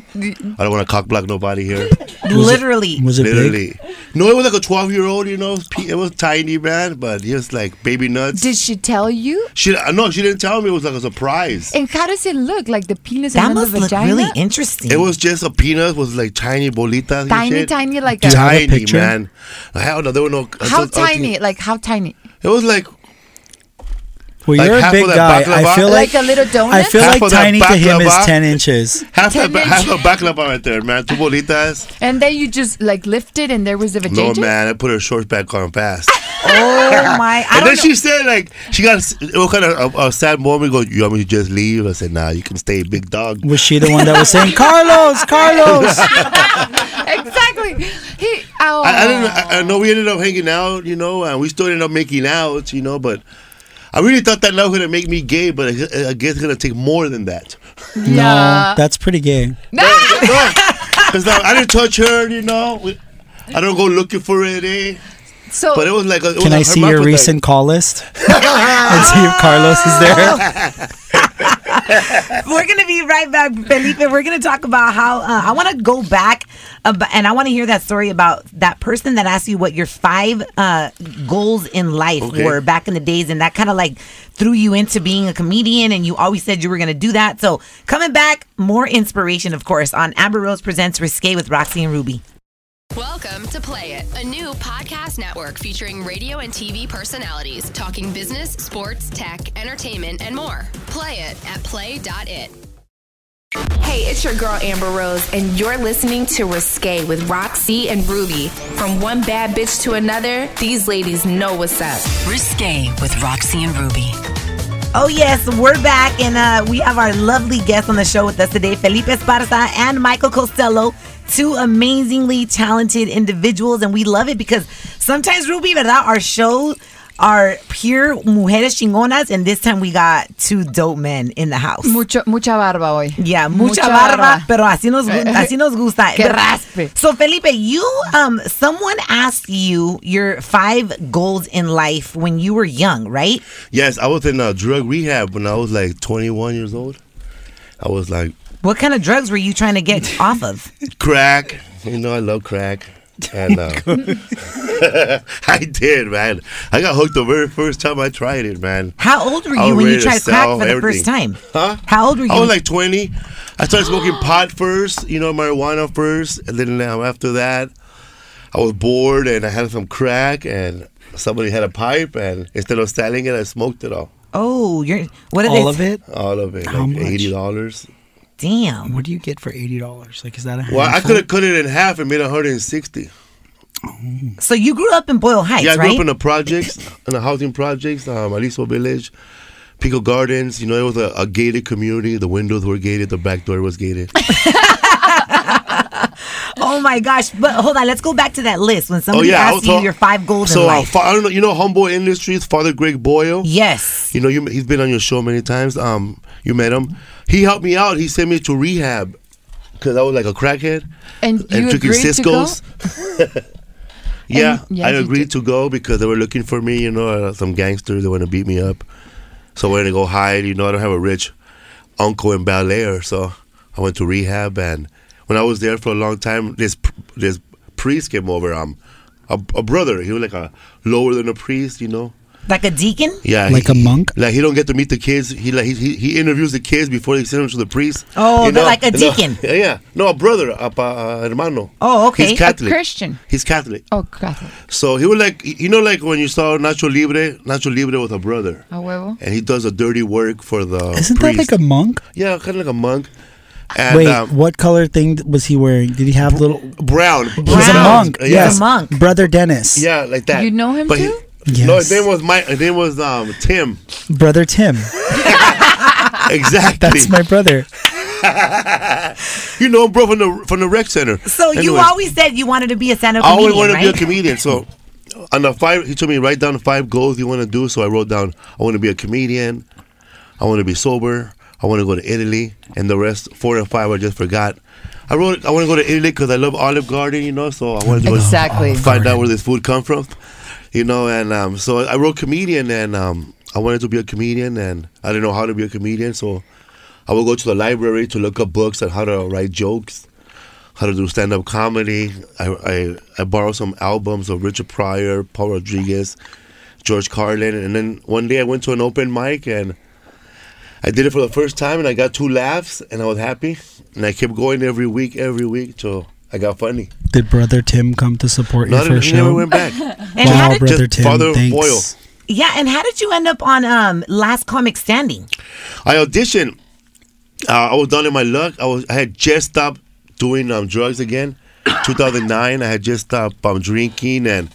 Speaker 4: I don't want to cock block nobody here.
Speaker 2: Literally.
Speaker 6: Was it big?
Speaker 4: Literally. No, it was like a 12 year old, you know. Pe- It was tiny, man, but he was like baby nuts.
Speaker 3: Did she tell you?
Speaker 4: she, uh, no, she didn't tell me. It was like a surprise.
Speaker 3: And how does it look? Like the penis
Speaker 2: That
Speaker 3: and then
Speaker 2: must
Speaker 3: the
Speaker 2: look
Speaker 3: vagina?
Speaker 2: really interesting.
Speaker 4: It was just a penis, was like tiny bolitas. and
Speaker 3: Tiny,
Speaker 4: shit.
Speaker 3: tiny, like
Speaker 6: Do you
Speaker 3: a.
Speaker 6: have a
Speaker 4: Tiny,
Speaker 6: picture?
Speaker 4: man. Hell no, there were no.
Speaker 3: How
Speaker 4: I thought- I
Speaker 3: tiny?
Speaker 4: think-
Speaker 3: Like how tiny?
Speaker 4: It was like
Speaker 6: Well,
Speaker 4: Like
Speaker 6: you're
Speaker 4: half
Speaker 6: a big
Speaker 4: of that
Speaker 6: guy.
Speaker 4: baklava?
Speaker 6: I feel like,
Speaker 3: Like a little donut?
Speaker 6: I feel
Speaker 4: Half
Speaker 6: like
Speaker 4: of that
Speaker 6: tiny to him is
Speaker 4: baklava?
Speaker 6: ten inches.
Speaker 4: half a,
Speaker 3: Ten inch.
Speaker 4: half a baklava right there, man. Two bolitas.
Speaker 3: And then you just like lift it, and there was the vagina.
Speaker 4: No, man, I put her shorts back on fast.
Speaker 2: oh my! I
Speaker 4: and
Speaker 2: don't
Speaker 4: then
Speaker 2: know.
Speaker 4: she said, like, she got s- it was kind of a, a sad moment. Go, you want me to just leave? I said, nah, you can stay, big dog.
Speaker 6: Was she the one that was saying, "Carlos, Carlos"?
Speaker 3: exactly. He. Oh.
Speaker 4: I, I didn't. I, I know we ended up hanging out, you know, and we still ended up making out, you know. But I really thought that love was gonna make me gay, but I, I guess it's gonna take more than that.
Speaker 6: No, that's pretty gay.
Speaker 4: Because I didn't touch her, you know. We- I don't go looking for it, eh?
Speaker 3: so
Speaker 4: But it was like, a, it was
Speaker 6: Can I
Speaker 4: like
Speaker 6: see your
Speaker 4: hermaphrodite.
Speaker 6: recent call list and see if Carlos is there?
Speaker 2: We're gonna be right back, Felipe. We're gonna talk about how uh, I want to go back, ab- and I want to hear that story about that person that asked you what your five uh, goals in life
Speaker 4: Okay.
Speaker 2: were back in the days, and that kind of like threw you into being a comedian, and you always said you were gonna do that. So coming back, more inspiration, of course, on Amber Rose presents Risque with Roxy and Ruby.
Speaker 7: Welcome to Play It, a new podcast network featuring radio and TV personalities talking business, sports, tech, entertainment, and more. Play it at play.it.
Speaker 8: Hey, it's your girl Amber Rose, and you're listening to Risque with Roxy and Ruby. From one bad bitch to another, these ladies know what's up.
Speaker 1: Risque with Roxy and Ruby.
Speaker 2: Oh, yes, we're back, and uh, we have our lovely guests on the show with us today Felipe Esparza and Michael Costello, two amazingly talented individuals. And we love it because sometimes, Ruby, ¿verdad? Our shows are pure mujeres chingonas, and this time we got two dope men in the house.
Speaker 3: mucho, mucha barba hoy.
Speaker 2: Yeah, mucha, barba, pero así nos, gu- así nos gusta.
Speaker 3: Que
Speaker 2: But-
Speaker 3: raspe.
Speaker 2: So Felipe, you um someone asked you your five goals in life when you were young, right?
Speaker 4: Yes, I was in uh, drug rehab when I was like 21 years old. I was like
Speaker 2: What kind of drugs were you trying to get off of?
Speaker 4: crack. You know, I love crack. And uh, I did, man. I got hooked the very first time I tried it, man.
Speaker 2: How old were
Speaker 4: I
Speaker 2: you
Speaker 4: was
Speaker 2: when you
Speaker 4: ready to
Speaker 2: tried crack
Speaker 4: sell
Speaker 2: for the first
Speaker 4: everything.
Speaker 2: time?
Speaker 4: Huh?
Speaker 2: How old were you?
Speaker 4: I was like 20. I started smoking pot first, you know, marijuana first. And then um, after that, I was bored and I had some crack and somebody had a pipe. And instead of selling it, I smoked it all.
Speaker 2: oh, you're what are
Speaker 6: All
Speaker 2: they?
Speaker 6: of it.
Speaker 4: All of it.
Speaker 6: How
Speaker 4: like
Speaker 6: much?
Speaker 4: $80.
Speaker 2: Damn.
Speaker 6: What do you get for eighty dollars? Like, is that a
Speaker 4: Well, I could have cut it in half and made 160.
Speaker 2: So you grew up in Boyle Heights,
Speaker 4: Yeah, I grew
Speaker 2: right?
Speaker 4: up in the projects, in the housing projects, um, Aliso Village, Pico Gardens. You know, it was a, a gated community. The windows were gated. The back door was gated.
Speaker 2: oh my gosh! But hold on, let's go back to that list when
Speaker 4: oh
Speaker 2: somebody
Speaker 4: yeah, I
Speaker 2: asked
Speaker 4: was
Speaker 2: you
Speaker 4: talk-
Speaker 2: your five goals
Speaker 4: So
Speaker 2: in
Speaker 4: uh,
Speaker 2: life.
Speaker 4: fa- I don't know. You know, Humboldt Industries, Father Greg Boyle.
Speaker 2: yes.
Speaker 4: You know, you, he's been on your show many times. Um, you met him. He helped me out. He sent me to rehab because I was like a crackhead
Speaker 3: And you
Speaker 4: and took his
Speaker 3: agreed to go?
Speaker 4: Cisco's. yeah,
Speaker 3: And- yeah,
Speaker 4: I
Speaker 3: you
Speaker 4: agreed to go because they were looking for me. You know, uh, some gangsters they want to beat me up, so I wanted to go hide. You know, I don't have a rich uncle in Bel Air, so I went to rehab. And when I was there for a long time, this pr- this priest came over. Um, a, a brother. He was like a lower than a priest. You know.
Speaker 2: Like a deacon?
Speaker 4: Yeah,
Speaker 6: Like
Speaker 4: he-
Speaker 6: a monk?
Speaker 4: Like he don't get to meet the kids. He like he, he, he interviews the kids before they send them to the priest.
Speaker 2: Oh, they're like a deacon.
Speaker 4: No, yeah, yeah. no, a brother, a, pa- a hermano.
Speaker 2: Oh, okay.
Speaker 4: He's
Speaker 2: A
Speaker 4: Catholic.
Speaker 3: Christian.
Speaker 4: He's Catholic.
Speaker 3: Oh, Catholic.
Speaker 4: So he was like, you know, like when you saw Nacho Libre, Nacho Libre with a brother,
Speaker 2: Oh.
Speaker 3: A huevo.
Speaker 4: and he does the dirty work for the.
Speaker 6: Isn't that
Speaker 4: priest.
Speaker 6: like a monk?
Speaker 4: yeah, kind of like a monk? And,
Speaker 6: Wait,
Speaker 4: um,
Speaker 6: what color thing was he wearing? Did he have little?
Speaker 4: Brown.
Speaker 6: He's a
Speaker 2: Brown.
Speaker 6: monk.
Speaker 4: Yeah.
Speaker 6: Yes,
Speaker 2: monk.
Speaker 6: Brother Dennis.
Speaker 4: Yeah, like that.
Speaker 3: You know him
Speaker 4: But he-
Speaker 3: too?
Speaker 4: No,
Speaker 6: Yes.
Speaker 4: his name was Mike. His name was um Tim.
Speaker 6: Brother Tim.
Speaker 4: exactly.
Speaker 6: That's my brother.
Speaker 4: you know, bro, from the from the rec center.
Speaker 2: So you
Speaker 4: Anyways,
Speaker 2: always said you wanted to be a stand-up
Speaker 4: I always
Speaker 2: comedian,
Speaker 4: wanted
Speaker 2: right?
Speaker 4: to be a comedian. So on the five, he told me write down five goals you want to do. So I wrote down I want to be a comedian, I want to be sober, I want to go to Italy, and the rest four and five I just forgot. I wrote I want to go to Italy because I love Olive Garden, you know. So I wanted to go
Speaker 3: Exactly.
Speaker 4: find out where this food come from, you know. And um, so I wrote comedian, and um, I wanted to be a comedian, and I didn't know how to be a comedian, so I would go to the library to look up books on how to write jokes, how to do stand up comedy. I, I I borrowed some albums of Richard Pryor, Paul Rodriguez, George Carlin, and then one day I went to an open mic and. I did it for the first time and I got two laughs and I was happy and I kept going every week, every week till I got funny.
Speaker 6: Did brother Tim come to support you
Speaker 4: Not
Speaker 6: for a
Speaker 4: he never
Speaker 6: show?
Speaker 4: went back.
Speaker 2: And how
Speaker 6: wow,
Speaker 2: did-
Speaker 6: brother
Speaker 4: Just
Speaker 6: Tim.
Speaker 4: Father
Speaker 6: thanks.
Speaker 4: Boyle.
Speaker 2: Yeah, and how did you end up on um Last Comic Standing?
Speaker 4: I auditioned. Uh, I was down in my luck. I was. I had just stopped doing um, drugs again. 2009. I had just stopped um, drinking, and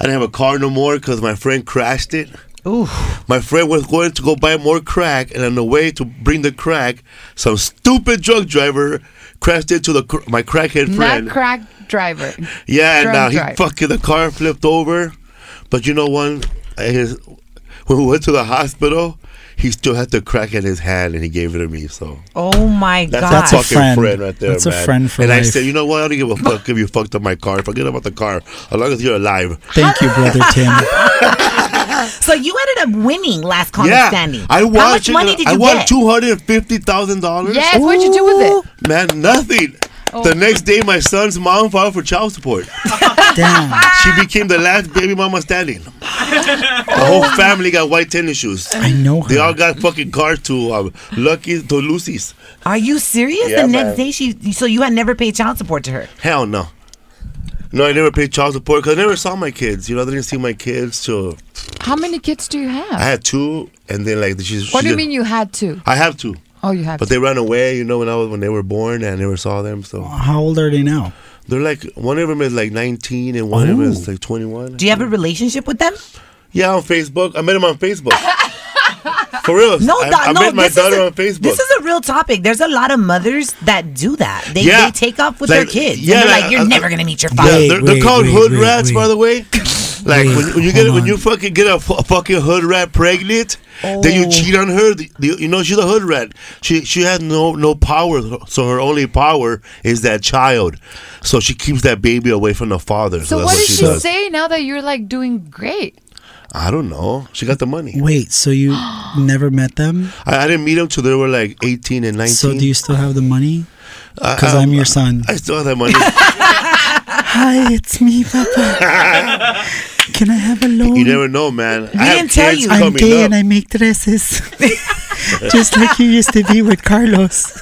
Speaker 4: I didn't have a car no more because my friend crashed it.
Speaker 2: Ooh.
Speaker 4: My friend was going to go buy more crack, and on the way to bring the crack, some stupid drug driver crashed into the cr- my crackhead
Speaker 3: Not
Speaker 4: friend.
Speaker 3: crack driver.
Speaker 4: Yeah, and
Speaker 3: Drunk
Speaker 4: uh, he
Speaker 3: driver.
Speaker 4: fucking the car flipped over. But you know one, uh, his when we went to the hospital, he still had the crack in his hand, and he gave it to me. So
Speaker 2: Oh my
Speaker 4: that's
Speaker 2: god.
Speaker 4: a
Speaker 6: That's a
Speaker 4: fucking friend.
Speaker 6: friend.
Speaker 4: right there.
Speaker 6: That's a
Speaker 4: man.
Speaker 6: friend for
Speaker 4: And I
Speaker 6: life.
Speaker 4: said, you know what? I don't give a fuck if you fucked up my car. Forget about the car. As long as you're alive.
Speaker 6: Thank you, brother Tim.
Speaker 2: so you ended up winning Last Comic
Speaker 4: yeah,
Speaker 2: Standing.
Speaker 4: I won.
Speaker 2: How much
Speaker 4: chicken-
Speaker 2: money did you
Speaker 4: I won
Speaker 2: get?
Speaker 4: two hundred and fifty thousand dollars. Oh.
Speaker 3: Yes, what'd you do with it?
Speaker 4: man, nothing.
Speaker 2: Oh.
Speaker 4: The next day, my son's mom filed for child support.
Speaker 6: Damn.
Speaker 4: She became the last baby mama standing. The whole family got white tennis shoes.
Speaker 6: I know her.
Speaker 4: They all got fucking cars to um, Lucky to Lucy's.
Speaker 2: Are you serious?
Speaker 4: Yeah,
Speaker 2: the
Speaker 4: man.
Speaker 2: next day she so you had never paid child support to her.
Speaker 4: Hell no. No, I never paid child support because I never saw my kids. You know, I didn't see my kids till
Speaker 3: How many kids do you
Speaker 4: I
Speaker 3: have?
Speaker 4: had two, and then like she's.
Speaker 3: What do you mean you had two?
Speaker 4: I have two,
Speaker 3: Oh, you have
Speaker 4: but
Speaker 3: two.
Speaker 4: they ran away. You know, when I was when they were born, and I never saw them. So
Speaker 6: How old are they now?
Speaker 4: they're like one of them is like 19, and one of them is like 21.
Speaker 2: Do you have a relationship with them?
Speaker 4: Yeah, on Facebook. I met him on Facebook. For real.
Speaker 2: No,
Speaker 4: I,
Speaker 2: da-
Speaker 4: I
Speaker 2: no.
Speaker 4: met my
Speaker 2: this is
Speaker 4: daughter
Speaker 2: a-
Speaker 4: on Facebook.
Speaker 2: This is a real topic. There's a lot of mothers that do that. They,
Speaker 4: Yeah.
Speaker 2: they take off with
Speaker 4: Like,
Speaker 2: their kids.
Speaker 4: yeah,
Speaker 2: Yeah, and they're
Speaker 4: like,
Speaker 2: like you're
Speaker 4: uh,
Speaker 2: never gonna meet your
Speaker 4: Yeah,
Speaker 2: father.
Speaker 4: they're,
Speaker 6: Wait,
Speaker 4: they're
Speaker 6: wait,
Speaker 4: called
Speaker 6: wait,
Speaker 4: hood
Speaker 6: wait,
Speaker 4: rats,
Speaker 6: wait.
Speaker 4: by the way. Like
Speaker 6: Wait,
Speaker 4: when, when you get
Speaker 6: hold
Speaker 4: when you
Speaker 6: on.
Speaker 4: fucking get a, fu- a fucking hood rat pregnant, then
Speaker 6: Oh.
Speaker 4: you cheat on her. The- the- you know she's a hood rat. She she has no no power, so her only power is that child. So she keeps that baby away from the father.
Speaker 3: So
Speaker 4: that's
Speaker 3: what does she
Speaker 4: does.
Speaker 3: say now that you're like doing great?
Speaker 4: I don't know. She got the money.
Speaker 6: Wait, so you never met them?
Speaker 4: I, I didn't meet them till they were like eighteen and nineteen. Uh,
Speaker 6: So do you still have the money? Because I'm your son.
Speaker 4: I still have that money.
Speaker 6: Hi, it's me, Papa. Can I have a loan?
Speaker 4: you never know, man. I have
Speaker 2: didn't tell
Speaker 4: kids
Speaker 2: you.
Speaker 6: I'm
Speaker 4: coming
Speaker 6: gay
Speaker 4: up.
Speaker 6: and I make dresses. Just like you used to be with Carlos.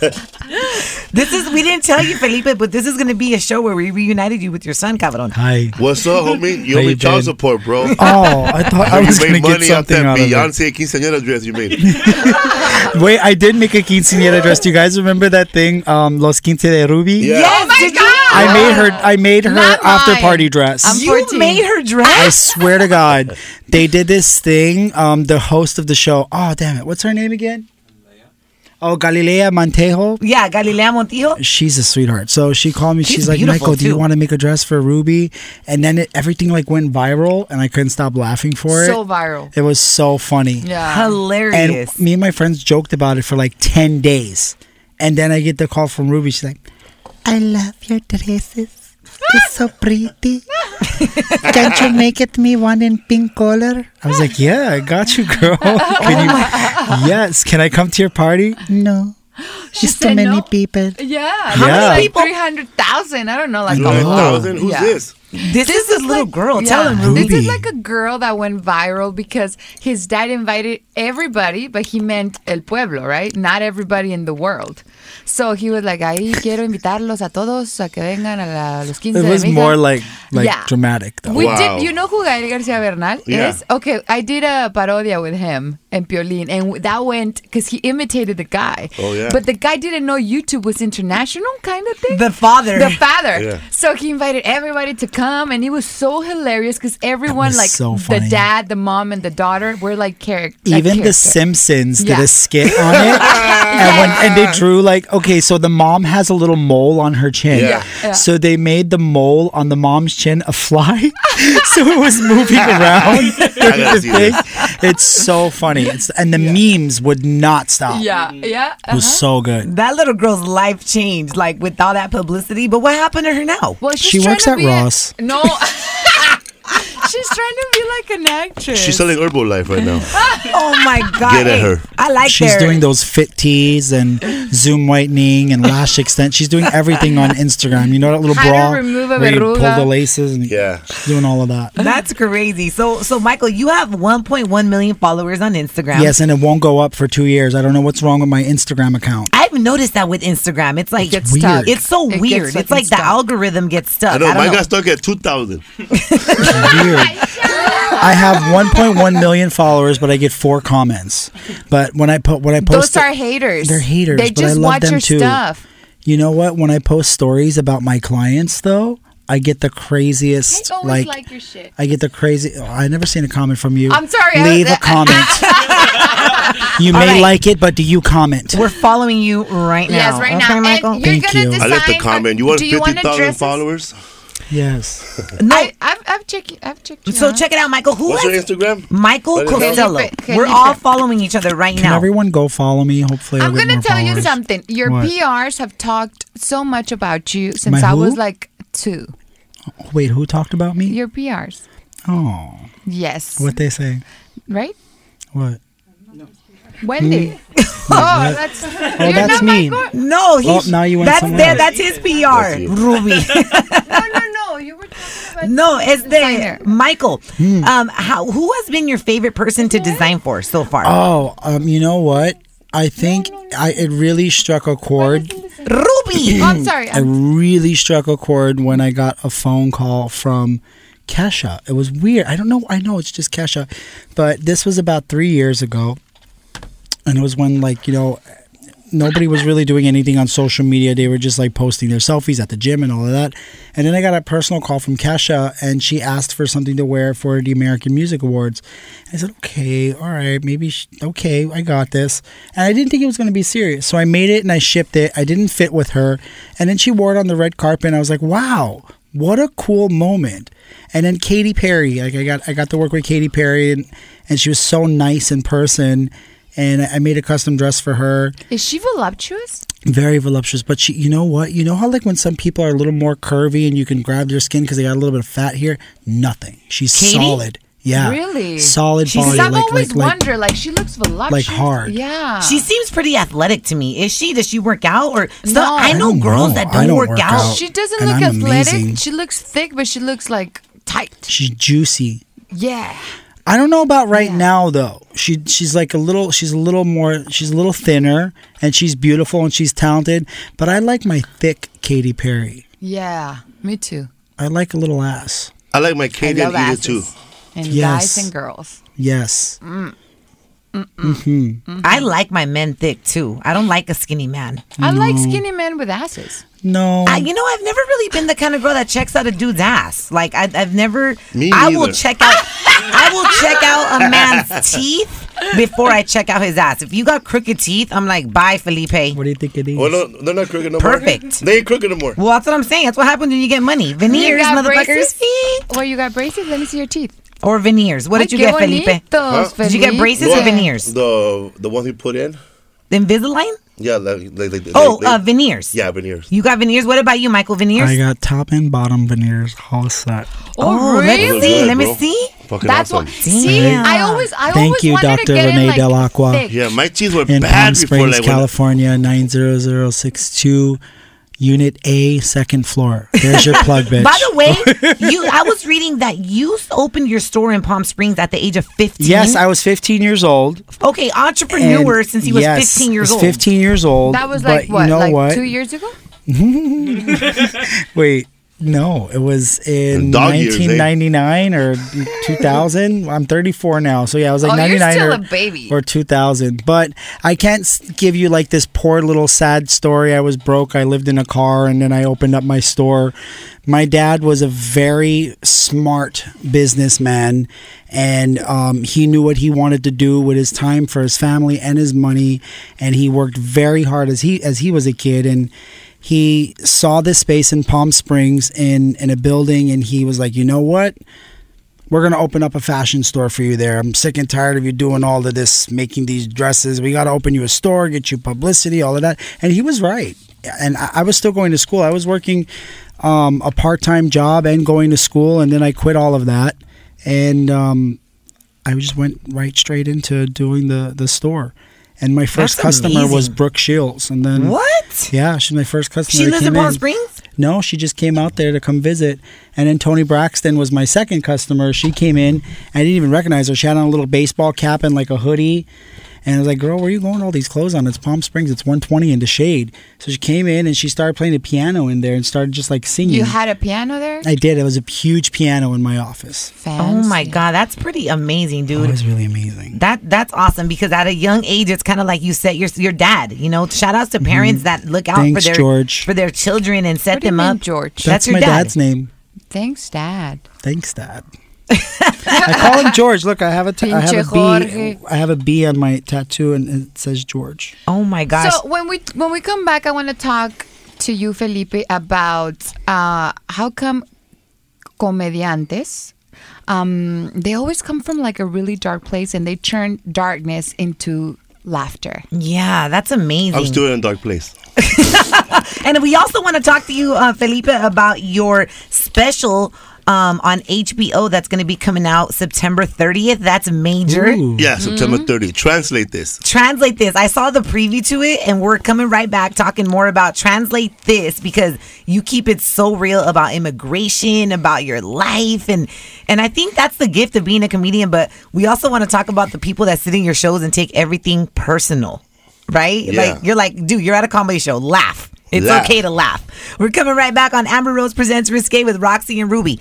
Speaker 2: This is we didn't tell you, Felipe, but this is gonna be a show where we reunited you with your son, Cabron.
Speaker 6: Hi.
Speaker 4: What's up, homie? You
Speaker 6: How
Speaker 4: owe me
Speaker 6: you
Speaker 4: child
Speaker 6: been?
Speaker 4: support, bro.
Speaker 6: Oh, I thought I
Speaker 4: you
Speaker 6: was going to
Speaker 4: made
Speaker 6: get
Speaker 4: money off
Speaker 6: something
Speaker 4: that
Speaker 6: out of it.
Speaker 4: Beyonce quinceañera dress you made.
Speaker 6: Wait, I did make a quinceanera dress. Do you guys remember that thing, um, Los Quince de Ruby?
Speaker 4: Yeah.
Speaker 2: Yes,
Speaker 3: Oh my
Speaker 2: did you-
Speaker 3: God!
Speaker 6: I made her. I made her
Speaker 3: Not
Speaker 6: after
Speaker 3: mine.
Speaker 6: party dress.
Speaker 3: I'm
Speaker 2: you
Speaker 3: 14.
Speaker 2: made her dress.
Speaker 6: I swear to God, they did this thing. Um, the host of the show. Oh damn it! What's her name again? Oh, Galilea Montejo.
Speaker 2: Yeah, Galilea Montijo.
Speaker 6: She's a sweetheart. So she called me. She's,
Speaker 2: She's
Speaker 6: like,
Speaker 2: beautiful,
Speaker 6: Michael, do you
Speaker 2: too.
Speaker 6: want to make a dress for Ruby? And then it, everything like went viral, and I couldn't stop laughing for it.
Speaker 3: So viral.
Speaker 6: It was so funny.
Speaker 3: Yeah.
Speaker 6: And
Speaker 2: Hilarious.
Speaker 6: me and my friends joked about it for like 10 days. And then I get the call from Ruby. She's like, I love your dresses. It's so pretty. Can't you make it me one in pink color? I was like, Yeah, I got you, girl. Can you, yes, can I come to your party? No. Just too
Speaker 3: said
Speaker 6: many
Speaker 3: no?
Speaker 6: people.
Speaker 3: Yeah.
Speaker 6: How many
Speaker 3: Like
Speaker 2: people-
Speaker 3: 300,000. I don't know. Like, a
Speaker 4: Nine
Speaker 3: lot.
Speaker 4: thousand? Who's
Speaker 3: Yeah.
Speaker 4: this?
Speaker 2: this, is, this little
Speaker 3: like-
Speaker 2: girl.
Speaker 3: yeah.
Speaker 2: Tell him, Ruby.
Speaker 3: This
Speaker 6: Ruby.
Speaker 3: is like a girl that went viral because his dad invited everybody, but he meant el pueblo, right? Not everybody in the world. So he was like, ahí quiero invitarlos a todos a que vengan a la, los 15
Speaker 6: It
Speaker 3: de
Speaker 6: was
Speaker 3: mi hija."
Speaker 6: more like like
Speaker 3: Yeah.
Speaker 6: dramatic though.
Speaker 3: We
Speaker 4: Wow.
Speaker 3: did. You know who Gael Garcia Bernal
Speaker 4: Yeah.
Speaker 3: is? Okay, I did a parodia with him, and Piolin, and that went because he imitated the guy.
Speaker 4: Oh, yeah.
Speaker 3: But the guy didn't know YouTube was international, kind of thing.
Speaker 2: The father.
Speaker 3: The father.
Speaker 4: Yeah.
Speaker 3: So he invited everybody to come, and it was so hilarious because everyone,
Speaker 6: was
Speaker 3: like
Speaker 6: so
Speaker 3: the
Speaker 6: funny.
Speaker 3: dad, the mom, and the daughter, were like charac- like
Speaker 6: Even The
Speaker 3: characters.
Speaker 6: Simpsons did
Speaker 3: Yeah.
Speaker 6: a skit on it, and, when, and they drew like okay, so the mom has a little mole on her chin,
Speaker 4: Yeah.
Speaker 3: Yeah.
Speaker 6: so they made the mole on the mom's chin a fly, so it was moving around.
Speaker 4: I gotta see this.
Speaker 6: It's so funny, it's, and the memes would not stop.
Speaker 3: Yeah, Uh-huh. yeah.
Speaker 6: It was so good.
Speaker 2: That little girl's life changed, like with all that publicity. But what happened to her now?
Speaker 3: Well, she's
Speaker 6: She
Speaker 3: trying
Speaker 6: works
Speaker 3: to
Speaker 6: at
Speaker 3: be a-
Speaker 6: Ross.
Speaker 3: no. she's trying to be like an actress.
Speaker 4: She's selling Herbalife right now.
Speaker 2: Oh my god!
Speaker 4: Get at her.
Speaker 2: I like
Speaker 6: She's
Speaker 2: her.
Speaker 6: doing those fit tees and zoom whitening and lash extent. She's doing everything on Instagram. You know that little
Speaker 3: How to
Speaker 6: bra
Speaker 3: remove a
Speaker 6: where you pull
Speaker 3: verruga.
Speaker 6: the laces and
Speaker 4: Yeah.
Speaker 6: she's doing all of that.
Speaker 2: That's crazy. So, so Michael, you have 1.1 million followers on Instagram.
Speaker 6: Yes, and it won't go up for two years. I don't know what's wrong with my Instagram account.
Speaker 2: I've noticed that with Instagram. It's like
Speaker 3: gets It's stuck. weird.
Speaker 2: It's so
Speaker 3: It gets
Speaker 2: weird. It's
Speaker 3: fucking
Speaker 2: like the
Speaker 3: stuck.
Speaker 2: algorithm gets stuck.
Speaker 4: I know.
Speaker 2: don't
Speaker 4: Mine got stuck at 2,000.
Speaker 6: Weird. I have 1.1 million followers, but I get four comments. But when I put when I post,
Speaker 3: Those are haters.
Speaker 6: They're haters.
Speaker 3: They
Speaker 6: but
Speaker 3: just
Speaker 6: I love
Speaker 3: watch
Speaker 6: them
Speaker 3: your
Speaker 6: too.
Speaker 3: stuff.
Speaker 6: You know what? When I post stories about my clients, though, I get the craziest. like,
Speaker 7: your shit.
Speaker 6: I get the crazy. oh, I never seen a comment from you.
Speaker 3: I'm sorry, I-
Speaker 6: Leave a comment. you may
Speaker 2: right.
Speaker 6: like it, but do you comment?
Speaker 2: We're following you right now.
Speaker 3: Yes, right
Speaker 2: okay,
Speaker 3: now.
Speaker 2: Michael.
Speaker 3: And you're
Speaker 6: Thank
Speaker 3: gonna
Speaker 6: you.
Speaker 3: decide.
Speaker 4: I left a comment. You want
Speaker 3: do you wanna
Speaker 4: 50,000
Speaker 3: dress as-
Speaker 4: followers?
Speaker 6: yes.
Speaker 2: no,
Speaker 3: I, I've, I've checked. I've checked. You
Speaker 2: so
Speaker 3: out.
Speaker 2: check it out, Michael. Who
Speaker 4: What's your
Speaker 2: has
Speaker 4: Instagram?
Speaker 2: Michael
Speaker 4: What is it?
Speaker 2: Costello?
Speaker 3: Felipe,
Speaker 2: We're
Speaker 3: Felipe.
Speaker 2: all following each other right
Speaker 6: Can
Speaker 2: now.
Speaker 6: everyone go follow me? Hopefully, I'll
Speaker 3: I'm
Speaker 6: get
Speaker 3: gonna
Speaker 6: more
Speaker 3: tell you
Speaker 6: followers.
Speaker 3: something. Your
Speaker 6: What?
Speaker 3: PRs have talked so much about you since
Speaker 6: My
Speaker 3: I
Speaker 6: who?
Speaker 3: was like two.
Speaker 6: Wait, who talked about me?
Speaker 3: Your PRs.
Speaker 6: oh,
Speaker 3: Yes.
Speaker 6: what they say?
Speaker 3: Right?
Speaker 6: What?
Speaker 3: Wendy. oh, that's.
Speaker 6: Oh,
Speaker 3: you're
Speaker 6: Hmm? that's
Speaker 3: not
Speaker 6: me.
Speaker 3: Michael.
Speaker 2: No, he,
Speaker 6: Oh, now you went
Speaker 2: that's
Speaker 6: somewhere
Speaker 2: there.
Speaker 6: else.
Speaker 2: That's his PR,
Speaker 4: you.
Speaker 2: Ruby.
Speaker 3: No, no, no. You were talking
Speaker 6: Hmm.
Speaker 3: about.
Speaker 2: no, it's there,
Speaker 3: Designer.
Speaker 2: Michael. Um, how who has been your favorite person to design for so far?
Speaker 6: Oh, um, you know what? I think I it really struck a chord.
Speaker 3: Oh,
Speaker 2: Ruby.
Speaker 3: I'm sorry.
Speaker 6: I
Speaker 3: I'm,
Speaker 6: really struck a chord when I got a phone call from Kesha. It was weird. I don't know. I know it's just Kesha, but this was about three years ago, and it was when like you know nobody was really doing anything on social media. They were just like posting their selfies at the gym and all of that. And then I got a personal call from Kesha and she asked for something to wear for the American Music Awards. I said, okay, all right, maybe, sh- okay, I got this. And I didn't think it was going to be serious. So I made it and I shipped it. I didn't fit with her. And then she wore it on the red carpet and I was like, wow. What a cool moment! And then Katy Perry, like I got, I got to work with Katy Perry, and, and she was so nice in person. And I I made a custom dress for her
Speaker 3: is she voluptuous?
Speaker 6: very voluptuous but she you know what you know how like when some people are a little more curvy and you can grab their skin because they got a little bit of fat here nothing she's
Speaker 2: Katie?
Speaker 6: solid yeah
Speaker 3: Really?
Speaker 6: solid
Speaker 3: She's.
Speaker 6: body
Speaker 3: I've
Speaker 6: Oh, like
Speaker 3: always
Speaker 6: like, like
Speaker 3: wondered. Like she looks voluptuous.
Speaker 6: hard.
Speaker 3: Yeah.
Speaker 2: She seems pretty athletic to me. Is she? Does she work out? Or so
Speaker 3: No.
Speaker 2: I know
Speaker 6: I don't
Speaker 2: girls
Speaker 6: know.
Speaker 2: that
Speaker 6: I
Speaker 2: don't,
Speaker 6: don't
Speaker 2: work,
Speaker 6: work
Speaker 2: out.
Speaker 6: out.
Speaker 3: Oh, She doesn't
Speaker 6: And
Speaker 3: look
Speaker 6: I'm
Speaker 3: athletic.
Speaker 6: amazing.
Speaker 3: She looks thick, but she looks like tight.
Speaker 6: she's juicy
Speaker 3: Yeah.
Speaker 6: I don't know about right now though. She she's like a little she's a little more she's a little thinner and she's beautiful and she's talented, but I like my thick Katy Perry.
Speaker 3: Yeah. Me too.
Speaker 6: I like a little ass.
Speaker 4: I like my Canadian
Speaker 3: I
Speaker 4: eater
Speaker 3: love asses.
Speaker 4: too.
Speaker 3: And
Speaker 6: Yes.
Speaker 3: guys and girls.
Speaker 6: Yes.
Speaker 3: Mm.
Speaker 2: I like my men thick too. I don't like a skinny man.
Speaker 3: I like skinny men with asses.
Speaker 6: No.
Speaker 2: I, you know, I've never really been the kind of girl that checks out a dude's ass. Like I, I've never.
Speaker 4: Me
Speaker 2: I will
Speaker 4: neither.
Speaker 2: check out. I will check out a man's teeth before I check out his ass. If you got crooked teeth, I'm like, bye, Felipe.
Speaker 6: what do you think it is?
Speaker 4: Well, no, they're not crooked no more.
Speaker 2: Perfect.
Speaker 4: They ain't crooked no more.
Speaker 2: Well, that's what I'm saying. That's what happens when you get money. Veneers,
Speaker 3: got
Speaker 2: motherfuckers.
Speaker 3: braces? Well, you got braces? Let me see your teeth.
Speaker 2: Or veneers. What did you get, Felipe? Did you get braces or
Speaker 4: Yeah.
Speaker 2: veneers?
Speaker 4: The the ones we put in.
Speaker 2: Invisalign?
Speaker 4: Yeah, like, like, like,
Speaker 2: Oh,
Speaker 4: like-
Speaker 2: uh, veneers.
Speaker 4: yeah, veneers.
Speaker 2: You got veneers. What about you, Michael? Veneers?
Speaker 6: I got top and bottom veneers all set.
Speaker 3: Oh,
Speaker 2: Let's
Speaker 3: really?
Speaker 2: see.
Speaker 4: Good,
Speaker 2: Let me
Speaker 4: bro.
Speaker 2: see.
Speaker 4: Fucking
Speaker 3: That's
Speaker 4: awesome.
Speaker 3: what. See,
Speaker 6: Damn.
Speaker 3: I always, I
Speaker 6: Thank
Speaker 3: always
Speaker 6: you,
Speaker 3: wanted
Speaker 6: Dr.
Speaker 3: to get
Speaker 6: Renee
Speaker 3: in, like,
Speaker 6: Del Aqua.
Speaker 3: thick.
Speaker 4: Yeah, my teeth were
Speaker 6: in Palm
Speaker 4: bad before.
Speaker 6: Springs,
Speaker 4: Like when,
Speaker 6: California, 90062, Unit A, second floor. There's your plug, bitch.
Speaker 2: By the way, you I was reading that you opened your store in Palm Springs at the age of 15.
Speaker 6: yes, I was 15 years old.
Speaker 2: Okay, entrepreneur
Speaker 6: and
Speaker 2: since he was
Speaker 6: yes,
Speaker 2: 15 years
Speaker 6: I was
Speaker 2: old.
Speaker 6: 15 years old.
Speaker 3: That was
Speaker 6: but
Speaker 3: like what,
Speaker 6: You know
Speaker 3: like
Speaker 6: what?
Speaker 3: two years ago?
Speaker 6: Wait, No, it was in
Speaker 4: Dog years, eh?
Speaker 6: 1999 or 2000. I'm 34 now, so yeah, I was like
Speaker 3: Oh, you're
Speaker 6: 99
Speaker 3: still
Speaker 6: or,
Speaker 3: a baby.
Speaker 6: or 2000. But I can't s- give you like this poor little sad story. I was broke. I lived in a car, and then I opened up my store. My dad was a very smart businessman, and um, he knew what he wanted to do with his time for his family and his money. And he worked very hard as he as he was a kid, and he saw this space in Palm Springs in in a building, and he was like, you know what? we're gonna open up a fashion store for you there. I'm sick and tired of you doing all of this, making these dresses. We gotta open you a store, get you publicity, all of that. And he was right. And I, I was still going to school. I was working um, a part-time job and going to school, and then I quit all of that, and um, I just went right straight into doing the the store. And my first
Speaker 2: That's
Speaker 6: customer was
Speaker 2: amazing.
Speaker 6: Brooke Shields, and then
Speaker 2: What?
Speaker 6: Yeah, she's my first customer.
Speaker 2: She
Speaker 6: that
Speaker 2: lives in
Speaker 6: came
Speaker 2: Palm Springs?
Speaker 6: no, she just came out there to come visit. And then Tony Braxton was my second customer. She came in. I didn't even recognize her. She had on a little baseball cap and like a hoodie. And I was like, girl, where are you going with all these clothes on? It's Palm Springs. It's 120 in the shade. So she came in and she started playing the piano in there and started just like singing.
Speaker 3: You had a piano there?
Speaker 6: I did. It was a huge piano in my office.
Speaker 2: Oh my
Speaker 3: Fancy.
Speaker 2: god, that's pretty amazing,
Speaker 6: It
Speaker 2: dude.
Speaker 6: was really amazing.
Speaker 2: That that's awesome because at a young age, it's kind of like you set your your dad. You know, shout outs to parents that look out
Speaker 6: Mm-hmm. Thanks,
Speaker 2: for their
Speaker 6: George.
Speaker 2: for their children and set
Speaker 3: What do you
Speaker 2: them
Speaker 3: mean,
Speaker 2: up.
Speaker 3: George?
Speaker 2: that's, your
Speaker 6: my
Speaker 2: dad.
Speaker 6: dad's name.
Speaker 3: Thanks, Dad.
Speaker 6: Thanks, Dad. I call him George. Look, I have a ta- I have a
Speaker 3: Pinche
Speaker 6: B. I have a B on my tattoo, and it says George.
Speaker 2: Oh my gosh.
Speaker 3: So when we when we come back, I want to talk to you, Felipe, about uh, how come comediantes um, they always come from like a really dark place and they turn darkness into laughter.
Speaker 2: yeah, that's
Speaker 4: I was
Speaker 2: amazing.
Speaker 4: doing it in a dark place.
Speaker 2: and we also want to talk to you, uh, Felipe, about your special um, on HBO that's going to be coming out September 30th. That's major.
Speaker 4: Yeah, September
Speaker 3: Mm-hmm.
Speaker 4: 30th. Translate this.
Speaker 2: Translate this. I saw the preview to it, and we're coming right back talking more about translate this because you keep it so real about immigration, about your life, and and I think that's the gift of being a comedian. But we also want to talk about the people that sit in your shows and take everything personal, right?
Speaker 4: Yeah.
Speaker 2: Like you're like, dude, you're at a comedy show, laugh. It's
Speaker 4: Laugh.
Speaker 2: okay to laugh. We're coming right back on Amber Rose presents Risque with Roxy and Ruby.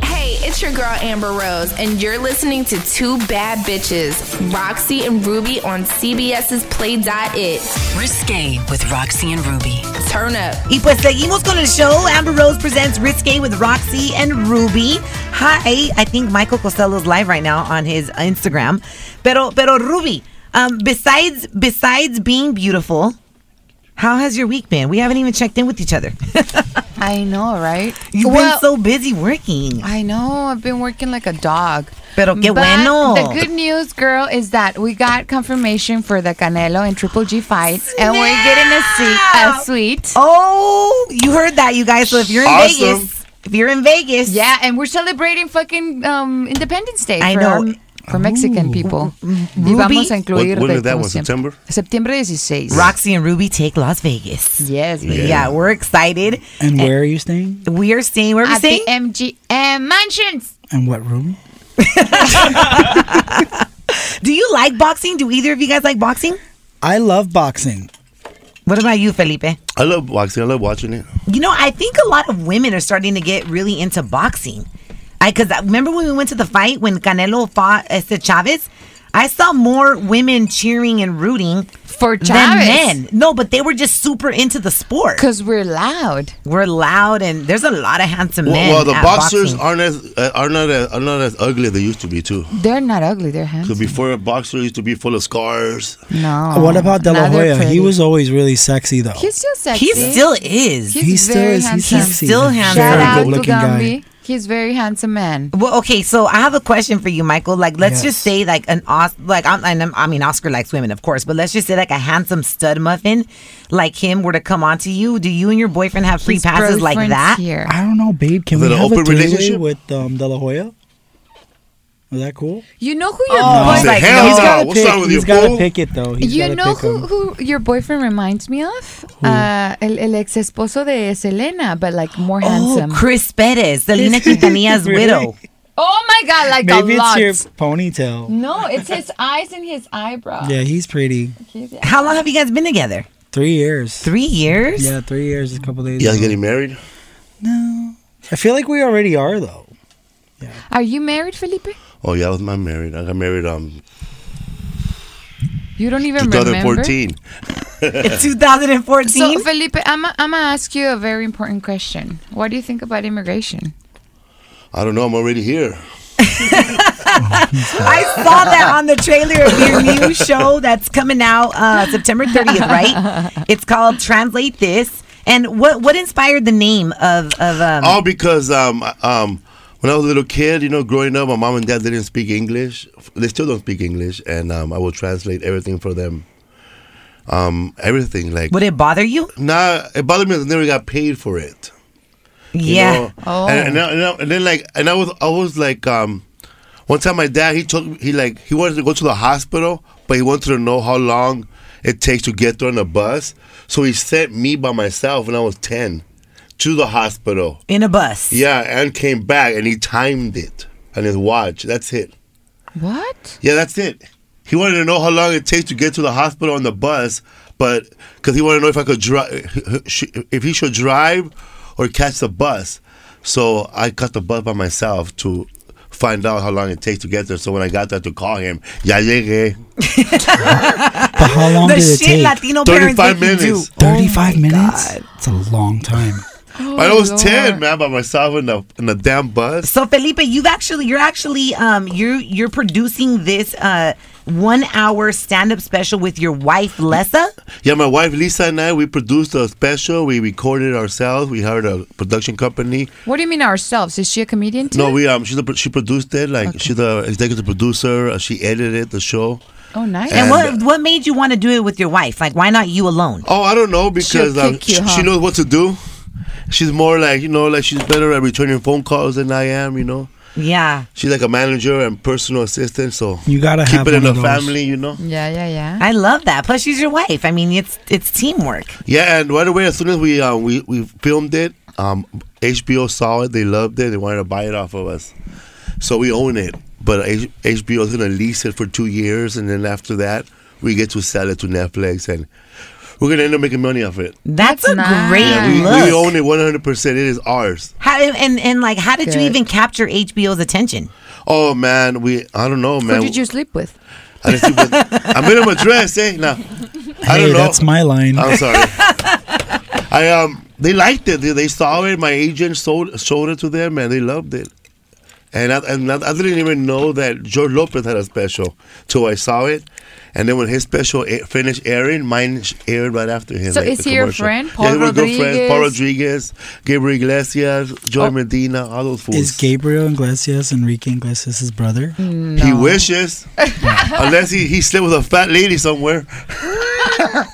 Speaker 8: Hey, it's your girl Amber Rose, and you're listening to Two Bad Bitches, Roxy and Ruby on CBS's Play.it.
Speaker 1: Risque with Roxy and Ruby.
Speaker 8: Turn up.
Speaker 2: Y pues seguimos con el show. Amber Rose presents Risque with Roxy and Ruby. Hi, I think Michael Costello's live right now on his Instagram. Pero, pero Ruby, um, besides besides being beautiful, how has your week been? We haven't even checked in with each other.
Speaker 3: I know, right?
Speaker 2: You've
Speaker 3: Well,
Speaker 2: been so busy working.
Speaker 3: I know. I've been working like a dog.
Speaker 2: Pero qué
Speaker 3: But
Speaker 2: bueno.
Speaker 3: The good news, girl, is that we got confirmation for the Canelo and Triple G fight, and we're getting a seat, a suite.
Speaker 2: Oh, you heard that, you guys. So if you're in
Speaker 4: Awesome.
Speaker 2: Vegas, if you're in Vegas,
Speaker 3: Yeah, and we're celebrating fucking um, Independence Day.
Speaker 2: I
Speaker 3: for
Speaker 2: know. Mm-hmm.
Speaker 3: our- For Mexican people. Y vamos a
Speaker 4: What,
Speaker 3: incluir
Speaker 4: when
Speaker 3: de-
Speaker 4: did that
Speaker 3: como
Speaker 4: one?
Speaker 3: siempre.
Speaker 4: September?
Speaker 3: Septiembre 16.
Speaker 2: Roxy and Ruby take Las Vegas.
Speaker 3: Yes,
Speaker 2: Yeah,
Speaker 3: baby.
Speaker 2: we're excited.
Speaker 3: Eh.
Speaker 6: And where are you staying?
Speaker 2: We are staying. Where are we
Speaker 3: At the
Speaker 2: staying?
Speaker 3: MGM Mansions.
Speaker 6: And what room?
Speaker 2: Do you like boxing? Do either of you guys like boxing?
Speaker 6: I love boxing.
Speaker 2: What about you, Felipe?
Speaker 4: I love boxing. I love watching it.
Speaker 2: You know, I think a lot of women are starting to get really into boxing. I because remember when we went to the fight when Canelo fought este Chavez, I saw more women cheering and rooting
Speaker 3: For
Speaker 2: than
Speaker 3: Chavez.
Speaker 2: men. No, but they were just super into the sport.
Speaker 3: Because we're loud.
Speaker 2: We're loud and there's a lot of handsome
Speaker 4: Well,
Speaker 2: men.
Speaker 4: well, the
Speaker 2: at
Speaker 4: boxers
Speaker 2: boxing.
Speaker 4: aren't as uh, are not as, are not as ugly as they used to be too.
Speaker 3: They're not ugly. They're
Speaker 4: So
Speaker 2: Mm-hmm.
Speaker 3: handsome.
Speaker 4: before a boxer used to be full of scars.
Speaker 3: No.
Speaker 6: what about De La
Speaker 3: Now they're
Speaker 6: Hoya?
Speaker 3: pretty.
Speaker 6: He was always really sexy though.
Speaker 3: He's still sexy.
Speaker 2: He still is.
Speaker 3: He's very handsome.
Speaker 2: He's still
Speaker 6: He's a
Speaker 2: handsome.
Speaker 3: Shout
Speaker 6: very
Speaker 3: out to
Speaker 6: good-looking
Speaker 3: Gambi. He's very handsome man.
Speaker 2: Well, okay, so I have a question for you, Michael. Like, let's just
Speaker 6: Yes.
Speaker 2: say, like an Os- like I'm, and I'm- I mean, Oscar likes women, of course, but let's just say, like a handsome stud muffin, like him, were to come onto you, do you and your boyfriend have free
Speaker 3: His
Speaker 2: passes like
Speaker 3: boyfriend's
Speaker 2: that?
Speaker 3: Here.
Speaker 6: I don't know, babe. Can
Speaker 4: Is
Speaker 6: we
Speaker 4: it an
Speaker 6: have
Speaker 4: open
Speaker 6: a three-way
Speaker 4: relationship?
Speaker 6: with um, De La Hoya? Is that cool?
Speaker 3: You know who your
Speaker 2: Oh,
Speaker 4: I
Speaker 3: boy-
Speaker 4: said,
Speaker 2: like,
Speaker 4: hell
Speaker 2: no. He's
Speaker 4: no.
Speaker 2: gotta
Speaker 4: What's wrong with
Speaker 6: he's
Speaker 4: you,
Speaker 6: gotta
Speaker 4: fool?
Speaker 6: pick it though. He's
Speaker 3: you
Speaker 6: gotta
Speaker 3: know
Speaker 6: pick
Speaker 3: who,
Speaker 6: him.
Speaker 3: who your boyfriend reminds me of? Uh, el, el ex esposo de Selena, but like more
Speaker 2: Oh,
Speaker 3: handsome.
Speaker 2: Chris Perez, Selena Quintanilla's widow.
Speaker 3: Oh my god, like a
Speaker 6: Maybe it's
Speaker 3: lot.
Speaker 6: your ponytail.
Speaker 3: No, it's his eyes and his eyebrow.
Speaker 6: Yeah, he's pretty.
Speaker 3: He's-
Speaker 2: How long have you guys been together?
Speaker 6: Three years.
Speaker 2: Three years?
Speaker 6: Yeah, three years. A couple days.
Speaker 4: You guys
Speaker 6: ago.
Speaker 4: getting married?
Speaker 6: No. I feel like we already are though.
Speaker 3: Are you married, Felipe?
Speaker 4: Oh yeah, I was not married. I got married um
Speaker 3: You don't even remember.
Speaker 4: 2014.
Speaker 2: In 2014?
Speaker 3: So, Felipe, I'm going to ask you a very important question. What do you think about immigration?
Speaker 4: I don't know. I'm already here.
Speaker 2: I saw that on the trailer of your new show that's coming out uh, September 30th, right? It's called Translate This. And what what inspired the name of of um,
Speaker 4: All because um um when I was a little kid, you know, growing up, my mom and dad didn't speak English. They still don't speak English, and um, I will translate everything for them. Um, everything like
Speaker 2: Would it bother you?
Speaker 4: nah, it bothered me. that I never got paid for it. you
Speaker 2: Yeah.
Speaker 4: know? And, and, I- and, I- and then like, and I was, I was like, um, one time my dad, he took, he like, he wanted to go to the hospital, but he wanted to know how long it takes to get there on the bus. So he sent me by myself when I was 10 to the hospital.
Speaker 2: In a bus.
Speaker 4: Yeah. And came back and he timed it on his watch. That's it.
Speaker 3: What?
Speaker 4: Yeah, that's it. He wanted to know how long it takes to get to the hospital on the bus, but because he wanted to know if I could drive, if he should drive or catch the bus. So I caught the bus by myself to find out how long it takes to get there. So when I got there to call him, ya llegué.
Speaker 6: But how long
Speaker 2: The
Speaker 6: did it
Speaker 2: shit
Speaker 6: take?
Speaker 2: Latino parents
Speaker 4: 35
Speaker 2: make you do.
Speaker 4: minutes.
Speaker 2: Oh my
Speaker 6: 35 minutes?
Speaker 2: God.
Speaker 6: It's a long time.
Speaker 4: I was
Speaker 3: Lord.
Speaker 4: ten, man, by myself in the in the damn bus.
Speaker 2: So Felipe, you've actually you're actually um you you're producing this uh one hour stand up special with your wife Lessa.
Speaker 4: Yeah, my wife Lisa and I we produced a special. We recorded ourselves. We hired a production company.
Speaker 3: What do you mean ourselves? Is she a comedian too?
Speaker 4: No, we um, she's the, pro- she produced it. Like she's the executive producer. uh, She edited the show.
Speaker 3: Oh, nice.
Speaker 2: And,
Speaker 4: And,
Speaker 2: what what made you want to do it with your wife? Like why not you alone?
Speaker 4: Oh, I don't know because
Speaker 3: She'll
Speaker 4: um,
Speaker 3: kick you,
Speaker 4: sh-
Speaker 3: huh?
Speaker 4: she knows what to do. She's more like you know, like she's better at returning phone calls than I am. You know,
Speaker 2: Yeah.
Speaker 4: she's like a manager and personal assistant. So
Speaker 6: You gotta
Speaker 4: keep
Speaker 6: have
Speaker 4: it in
Speaker 6: one
Speaker 4: the
Speaker 6: of those.
Speaker 4: family. You know.
Speaker 3: Yeah, yeah, yeah.
Speaker 2: I love that. Plus she's your wife. I mean it's it's teamwork.
Speaker 4: Yeah, and right away as soon as we um, we we filmed it, um, HBO saw it. They loved it. They wanted to buy it off of us, so we own it. But H- HBO is gonna lease it for two years, and then after that, we get to sell it to Netflix, and we're gonna end up making money off it.
Speaker 2: That's,
Speaker 3: That's
Speaker 2: a
Speaker 3: nice.
Speaker 2: great
Speaker 4: Yeah, we,
Speaker 2: look.
Speaker 4: we own it 100. percent It is ours.
Speaker 2: How, and and like how did you
Speaker 3: Good.
Speaker 2: even capture HBO's attention?
Speaker 4: Oh man, we I don't know, man.
Speaker 3: Who did you sleep with?
Speaker 4: I just keep it- I made him a dress, eh? Nah, I
Speaker 6: hey,
Speaker 4: don't know.
Speaker 6: that's my line.
Speaker 4: I'm sorry. I um, they liked it. They, they saw it. My agent sold showed it to them, and they loved it. And I, and I I didn't even know that George Lopez had a special till I saw it. And then when his special a- finished airing, mine sh- aired right after him.
Speaker 3: So
Speaker 4: like
Speaker 3: is
Speaker 4: the
Speaker 3: he your
Speaker 4: commercial.
Speaker 3: friend?
Speaker 4: Yeah, he
Speaker 3: Paul
Speaker 4: was good friends. Paul
Speaker 3: Rodriguez? Oh.
Speaker 4: Rodriguez, Gabriel Iglesias, Joy Medina, all those fools.
Speaker 6: Is Gabriel Iglesias Enrique Iglesias' his brother?
Speaker 4: He wishes, unless he he slept with a fat lady somewhere.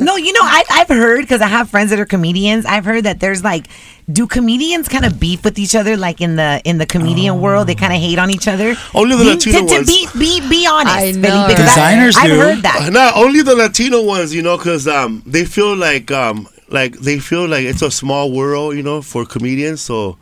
Speaker 2: No, you know, I, I've heard because I have friends that are comedians. I've heard that there's like, do comedians kind of beef with each other? Like in the in the
Speaker 3: Oh.
Speaker 2: comedian world, they kind of hate on each other.
Speaker 6: Oh,
Speaker 4: Only the
Speaker 2: Be-
Speaker 4: Latino
Speaker 2: to, to
Speaker 4: ones.
Speaker 2: Be, be, be honest,
Speaker 3: I know,
Speaker 2: Felipe, 'cause
Speaker 6: Designers
Speaker 2: I, have
Speaker 6: do. Uh-huh.
Speaker 2: heard that.
Speaker 4: Not Uh, only the Latino ones, you know, because um, they feel like um, like they feel like it's a small world, you know, for comedians. So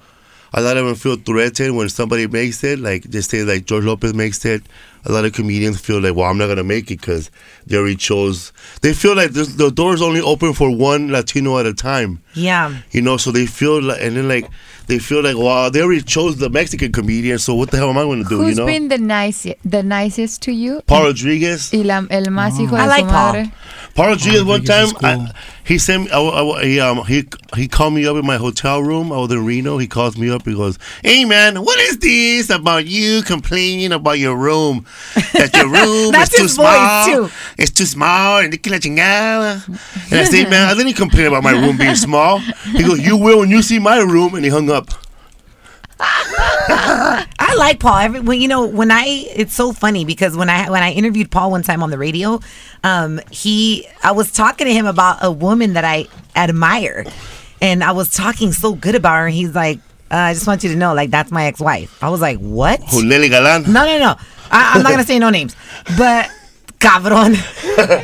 Speaker 4: a lot of them feel threatened when somebody makes it. Like they say, like George Lopez makes it. A lot of comedians feel like, well, I'm not gonna make it because they already chose. They feel like the, the door's only open for one Latino at a time.
Speaker 2: Yeah,
Speaker 4: You know, so they feel like, and then like they feel like, wow, they already chose the Mexican comedian. So what the hell am I gonna do?
Speaker 3: Who's
Speaker 4: you know,
Speaker 3: been the nicest, the nicest to you?
Speaker 4: Paul Rodriguez.
Speaker 3: Y la- el más hijo
Speaker 2: I
Speaker 3: de su
Speaker 2: like
Speaker 3: madre.
Speaker 2: Paul.
Speaker 4: Paul Rodriguez one time,
Speaker 6: Rodriguez is cool.
Speaker 4: I, he sent me, I, I- he, um, he, he called me up in my hotel room. I was in Reno. He calls me up. He goes, Hey, man, what is this about you complaining about your room? That your room is
Speaker 2: That's
Speaker 4: too
Speaker 2: his voice,
Speaker 4: small.
Speaker 2: too.
Speaker 4: It's too small. And que la chingada." And I say, Man, I didn't complain about my room being small. He goes, You will when you see my room. And he hung up.
Speaker 2: I like Paul. Every, well, you know, when I it's so funny because when I when I interviewed Paul one time on the radio, um, he I was talking to him about a woman that I admire, and I was talking so good about her, and he's like, uh, "I just want you to know, like that's my ex-wife." I was like, "What?"
Speaker 4: Who, Lely Galan?
Speaker 2: No, no, no. I, I'm not gonna say no names, but cabron.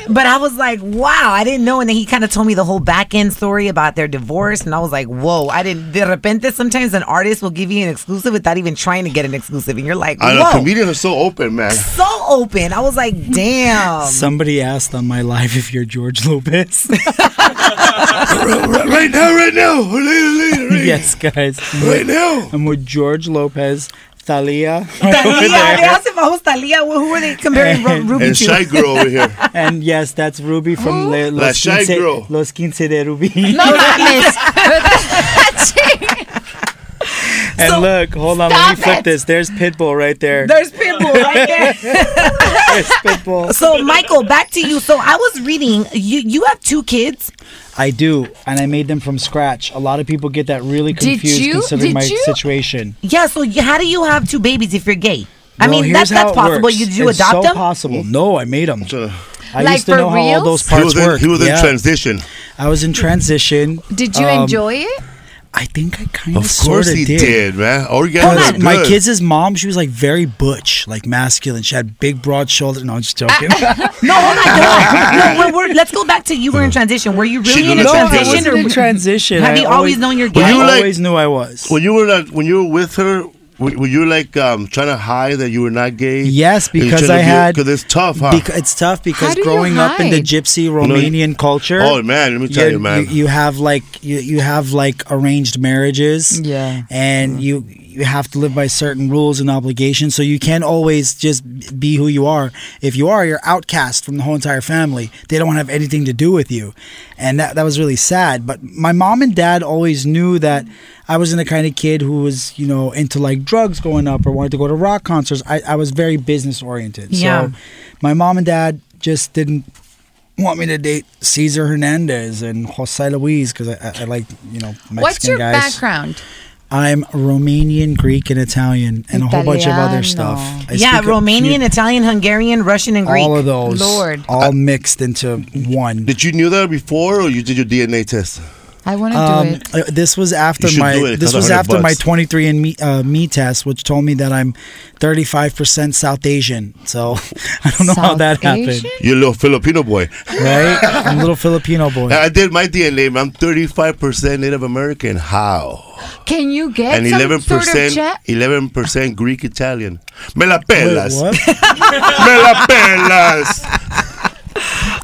Speaker 2: but I was like, wow, I didn't know. And then he kind of told me the whole back end story about their divorce. And I was like, whoa, I didn't. De repente, sometimes an artist will give you an exclusive without even trying to get an exclusive. And you're like,
Speaker 4: I know
Speaker 2: whoa.
Speaker 4: Ah, comedians are so open, man.
Speaker 2: so open. I was like, damn.
Speaker 6: Um, Somebody asked on my live if you're George Lopez.
Speaker 4: right, right now, right now, or later, later, right,
Speaker 6: yes, guys.
Speaker 4: right now.
Speaker 6: I'm with George Lopez, Thalia,
Speaker 2: Thalia, they asked if I was Thalia. Who who were they comparing Ru- Ruby
Speaker 4: And
Speaker 2: to?
Speaker 4: shy girl over here.
Speaker 6: and yes, that's Ruby from Le-
Speaker 4: La
Speaker 6: Los,
Speaker 4: Shy
Speaker 6: Quince,
Speaker 4: Girl.
Speaker 6: Los Quince de Ruby.
Speaker 3: No mames.
Speaker 6: and
Speaker 2: So-
Speaker 6: look, hold on, let me
Speaker 3: Stop
Speaker 6: flip
Speaker 3: it.
Speaker 6: this. There's Pitbull right there.
Speaker 2: There's people right there.
Speaker 6: There's Pitbull.
Speaker 2: So, Michael, back to you. So, I was reading. You you have two kids.
Speaker 6: I do, and I made them from scratch. A lot of people get that really
Speaker 3: Did
Speaker 6: confused
Speaker 3: you?
Speaker 6: considering
Speaker 3: Did
Speaker 6: my
Speaker 3: you?
Speaker 6: situation.
Speaker 2: Yeah. So, you, how do you have two babies if you're gay? I
Speaker 6: Well,
Speaker 2: mean,
Speaker 6: here's
Speaker 2: that's that's
Speaker 6: how it
Speaker 2: possible.
Speaker 6: works.
Speaker 2: You you
Speaker 6: It's
Speaker 2: adopt
Speaker 6: so
Speaker 2: them.
Speaker 6: possible. No, I made them. I
Speaker 3: Like,
Speaker 6: used to
Speaker 3: for
Speaker 6: know how all
Speaker 3: reals?
Speaker 6: those
Speaker 4: He
Speaker 6: parts
Speaker 4: was, in,
Speaker 6: work.
Speaker 4: he was in
Speaker 6: Yeah.
Speaker 4: transition.
Speaker 6: I was in transition.
Speaker 3: Did you
Speaker 6: Um,
Speaker 3: enjoy it?
Speaker 6: I think I kind
Speaker 4: Of course he did, man. Orgasms are
Speaker 6: But
Speaker 4: good.
Speaker 6: my kids' mom, she was like very butch, like masculine. She had big, broad shoulders. No, I'm just joking.
Speaker 2: No, hold on. Hold on. No, we're, we're, let's go back to you were in transition. Were you really
Speaker 4: She
Speaker 2: in a
Speaker 4: did
Speaker 6: no,
Speaker 4: not-
Speaker 6: I
Speaker 2: transition?
Speaker 6: wasn't
Speaker 2: Or
Speaker 6: in transition.
Speaker 2: Have
Speaker 6: I
Speaker 2: you always known you're
Speaker 6: I
Speaker 2: gay?
Speaker 4: Were you like-
Speaker 6: always knew I was.
Speaker 4: when you were not, when you were with her, when, when you were like um, trying to hide that you were not gay.
Speaker 6: Yes, because I had
Speaker 4: because it's tough, huh?
Speaker 6: Bec- it's tough because
Speaker 3: do you
Speaker 6: growing up in the
Speaker 3: hide?
Speaker 6: gypsy Romanian culture.
Speaker 4: oh man, let me tell
Speaker 6: you're-
Speaker 4: you, man.
Speaker 6: You, you have like you, you have like arranged marriages.
Speaker 3: Yeah.
Speaker 4: Mm-hmm.
Speaker 6: And you you have to live by certain rules and obligations. So you can't always just be who you are. If you are, you're outcast from the whole entire family. They don't have anything to do with you. And that that was really sad. But my mom and dad always knew that I wasn't the kind of kid who was, you know, into like drugs going up or wanted to go to rock concerts. I, I was very business oriented.
Speaker 2: Yeah.
Speaker 6: So my mom and dad just didn't want me to date Cesar Hernandez and Jose Luis because I, I, I like you know Mexican
Speaker 3: What's your
Speaker 6: guys.
Speaker 3: background?
Speaker 6: I'm Romanian, Greek, and Italian, and a whole bunch of other stuff.
Speaker 3: Italiano.
Speaker 6: I
Speaker 2: Yeah,
Speaker 6: speak a
Speaker 2: Romanian, Italian, Hungarian, Russian, and
Speaker 6: few-
Speaker 2: Greek.
Speaker 6: all of those,
Speaker 3: Lord.
Speaker 6: all mixed into one.
Speaker 4: did you knew that before, or you did your DNA test?
Speaker 3: I want to do
Speaker 6: Um,
Speaker 3: it.
Speaker 6: uh, this was after
Speaker 4: You should do it.
Speaker 6: my
Speaker 4: It
Speaker 6: this
Speaker 4: costs
Speaker 6: was
Speaker 4: 100
Speaker 6: after my
Speaker 4: bucks.
Speaker 6: 23 and me, uh, me test, which told me that I'm 35 percent South Asian. So I don't know how
Speaker 3: South
Speaker 6: that
Speaker 3: Asian?
Speaker 4: You little Filipino boy.
Speaker 6: happened, right? I'm a little Filipino boy.
Speaker 4: I did my DNA. man. I'm 35 percent Native American. How?
Speaker 3: Can you get
Speaker 4: and
Speaker 3: some
Speaker 4: 11
Speaker 3: sort of
Speaker 4: percent,
Speaker 3: chat?
Speaker 4: 11 percent Greek Italian. Me la
Speaker 6: Wait,
Speaker 4: pelas.
Speaker 6: what?
Speaker 4: Me la pelas.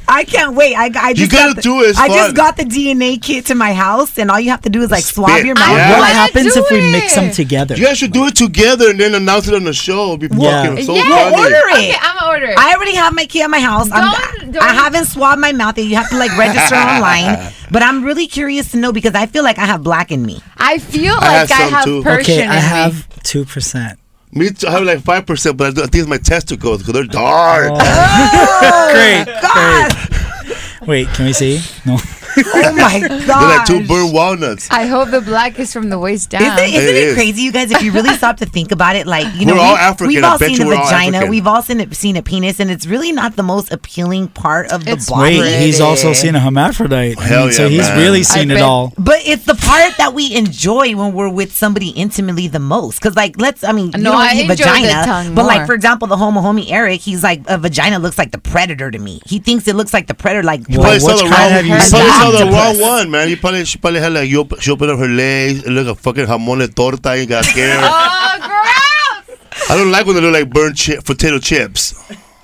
Speaker 2: I can't wait. I, I just
Speaker 4: gotta
Speaker 2: got the,
Speaker 4: do it. It's
Speaker 2: I just
Speaker 4: fun.
Speaker 2: got the DNA kit to my house, and all you have to do is like swab
Speaker 4: Spit.
Speaker 2: your mouth.
Speaker 4: Yeah.
Speaker 6: What
Speaker 3: wanna
Speaker 6: happens
Speaker 3: do
Speaker 6: if we mix them
Speaker 3: it.
Speaker 6: together?
Speaker 4: You guys should do it together and then announce it on the show. It'd be
Speaker 6: Yeah.
Speaker 4: fucking so
Speaker 3: Yeah.
Speaker 4: funny.
Speaker 2: Order it.
Speaker 3: Okay, I'm gonna order it.
Speaker 2: I already have my kid at my house. I'm,
Speaker 3: Don't- don't-
Speaker 2: I haven't swabbed my mouth, and you have to like register online. But I'm really curious to know because I feel like I have black in me.
Speaker 3: I feel
Speaker 4: I have
Speaker 3: like I
Speaker 4: some
Speaker 3: have
Speaker 4: too.
Speaker 3: Persian.
Speaker 6: Okay,
Speaker 3: in
Speaker 6: I
Speaker 3: me.
Speaker 6: have two percent.
Speaker 4: Me too. I have like five percent, but I, do- I think it's my testicles because they're dark.
Speaker 6: Oh. Great,
Speaker 2: God,
Speaker 6: great. Wait, can we see? No.
Speaker 2: oh my
Speaker 4: They're
Speaker 2: God.
Speaker 4: like two burnt walnuts.
Speaker 3: I hope the black is from the waist down.
Speaker 2: Isn't, isn't it,
Speaker 4: It is.
Speaker 2: crazy, you guys? If you really stop to think about it, like you know,
Speaker 4: We're all
Speaker 2: we,
Speaker 4: African.
Speaker 2: We've
Speaker 4: I
Speaker 2: all
Speaker 4: bet
Speaker 2: seen
Speaker 4: you
Speaker 2: a
Speaker 4: we're all
Speaker 2: vagina.
Speaker 4: African.
Speaker 2: we've all seen a, seen a penis, and it's really not the most appealing part of the
Speaker 3: It's
Speaker 2: body.
Speaker 6: Wait, he's
Speaker 3: Pretty.
Speaker 6: also seen a hermaphrodite. I
Speaker 4: Hell
Speaker 6: mean, so
Speaker 4: yeah,
Speaker 6: he's
Speaker 4: man.
Speaker 6: really seen
Speaker 3: I
Speaker 6: it
Speaker 3: bet-
Speaker 6: all.
Speaker 2: But it's the part that we enjoy when we're with somebody intimately the most. Because, like, let's, I mean, you
Speaker 3: No,
Speaker 2: don't
Speaker 3: I
Speaker 2: need
Speaker 3: enjoy the
Speaker 2: vagina.
Speaker 3: tongue
Speaker 2: but, like,
Speaker 3: more.
Speaker 2: for example, the homo homie Eric, he's like, a vagina looks like the predator to me. He thinks it looks like the predator. Like,
Speaker 6: Well,
Speaker 4: Probably saw
Speaker 6: which
Speaker 4: the
Speaker 6: kind
Speaker 4: wrong,
Speaker 6: have you
Speaker 4: probably
Speaker 6: seen?
Speaker 4: saw the
Speaker 6: Octopus.
Speaker 4: wrong one, man. You probably she probably had like you op- she opened up her legs, it looked like a fucking jamon de torta and got scared.
Speaker 3: Oh, gross!
Speaker 4: I don't like when they look like burnt chi- potato chips.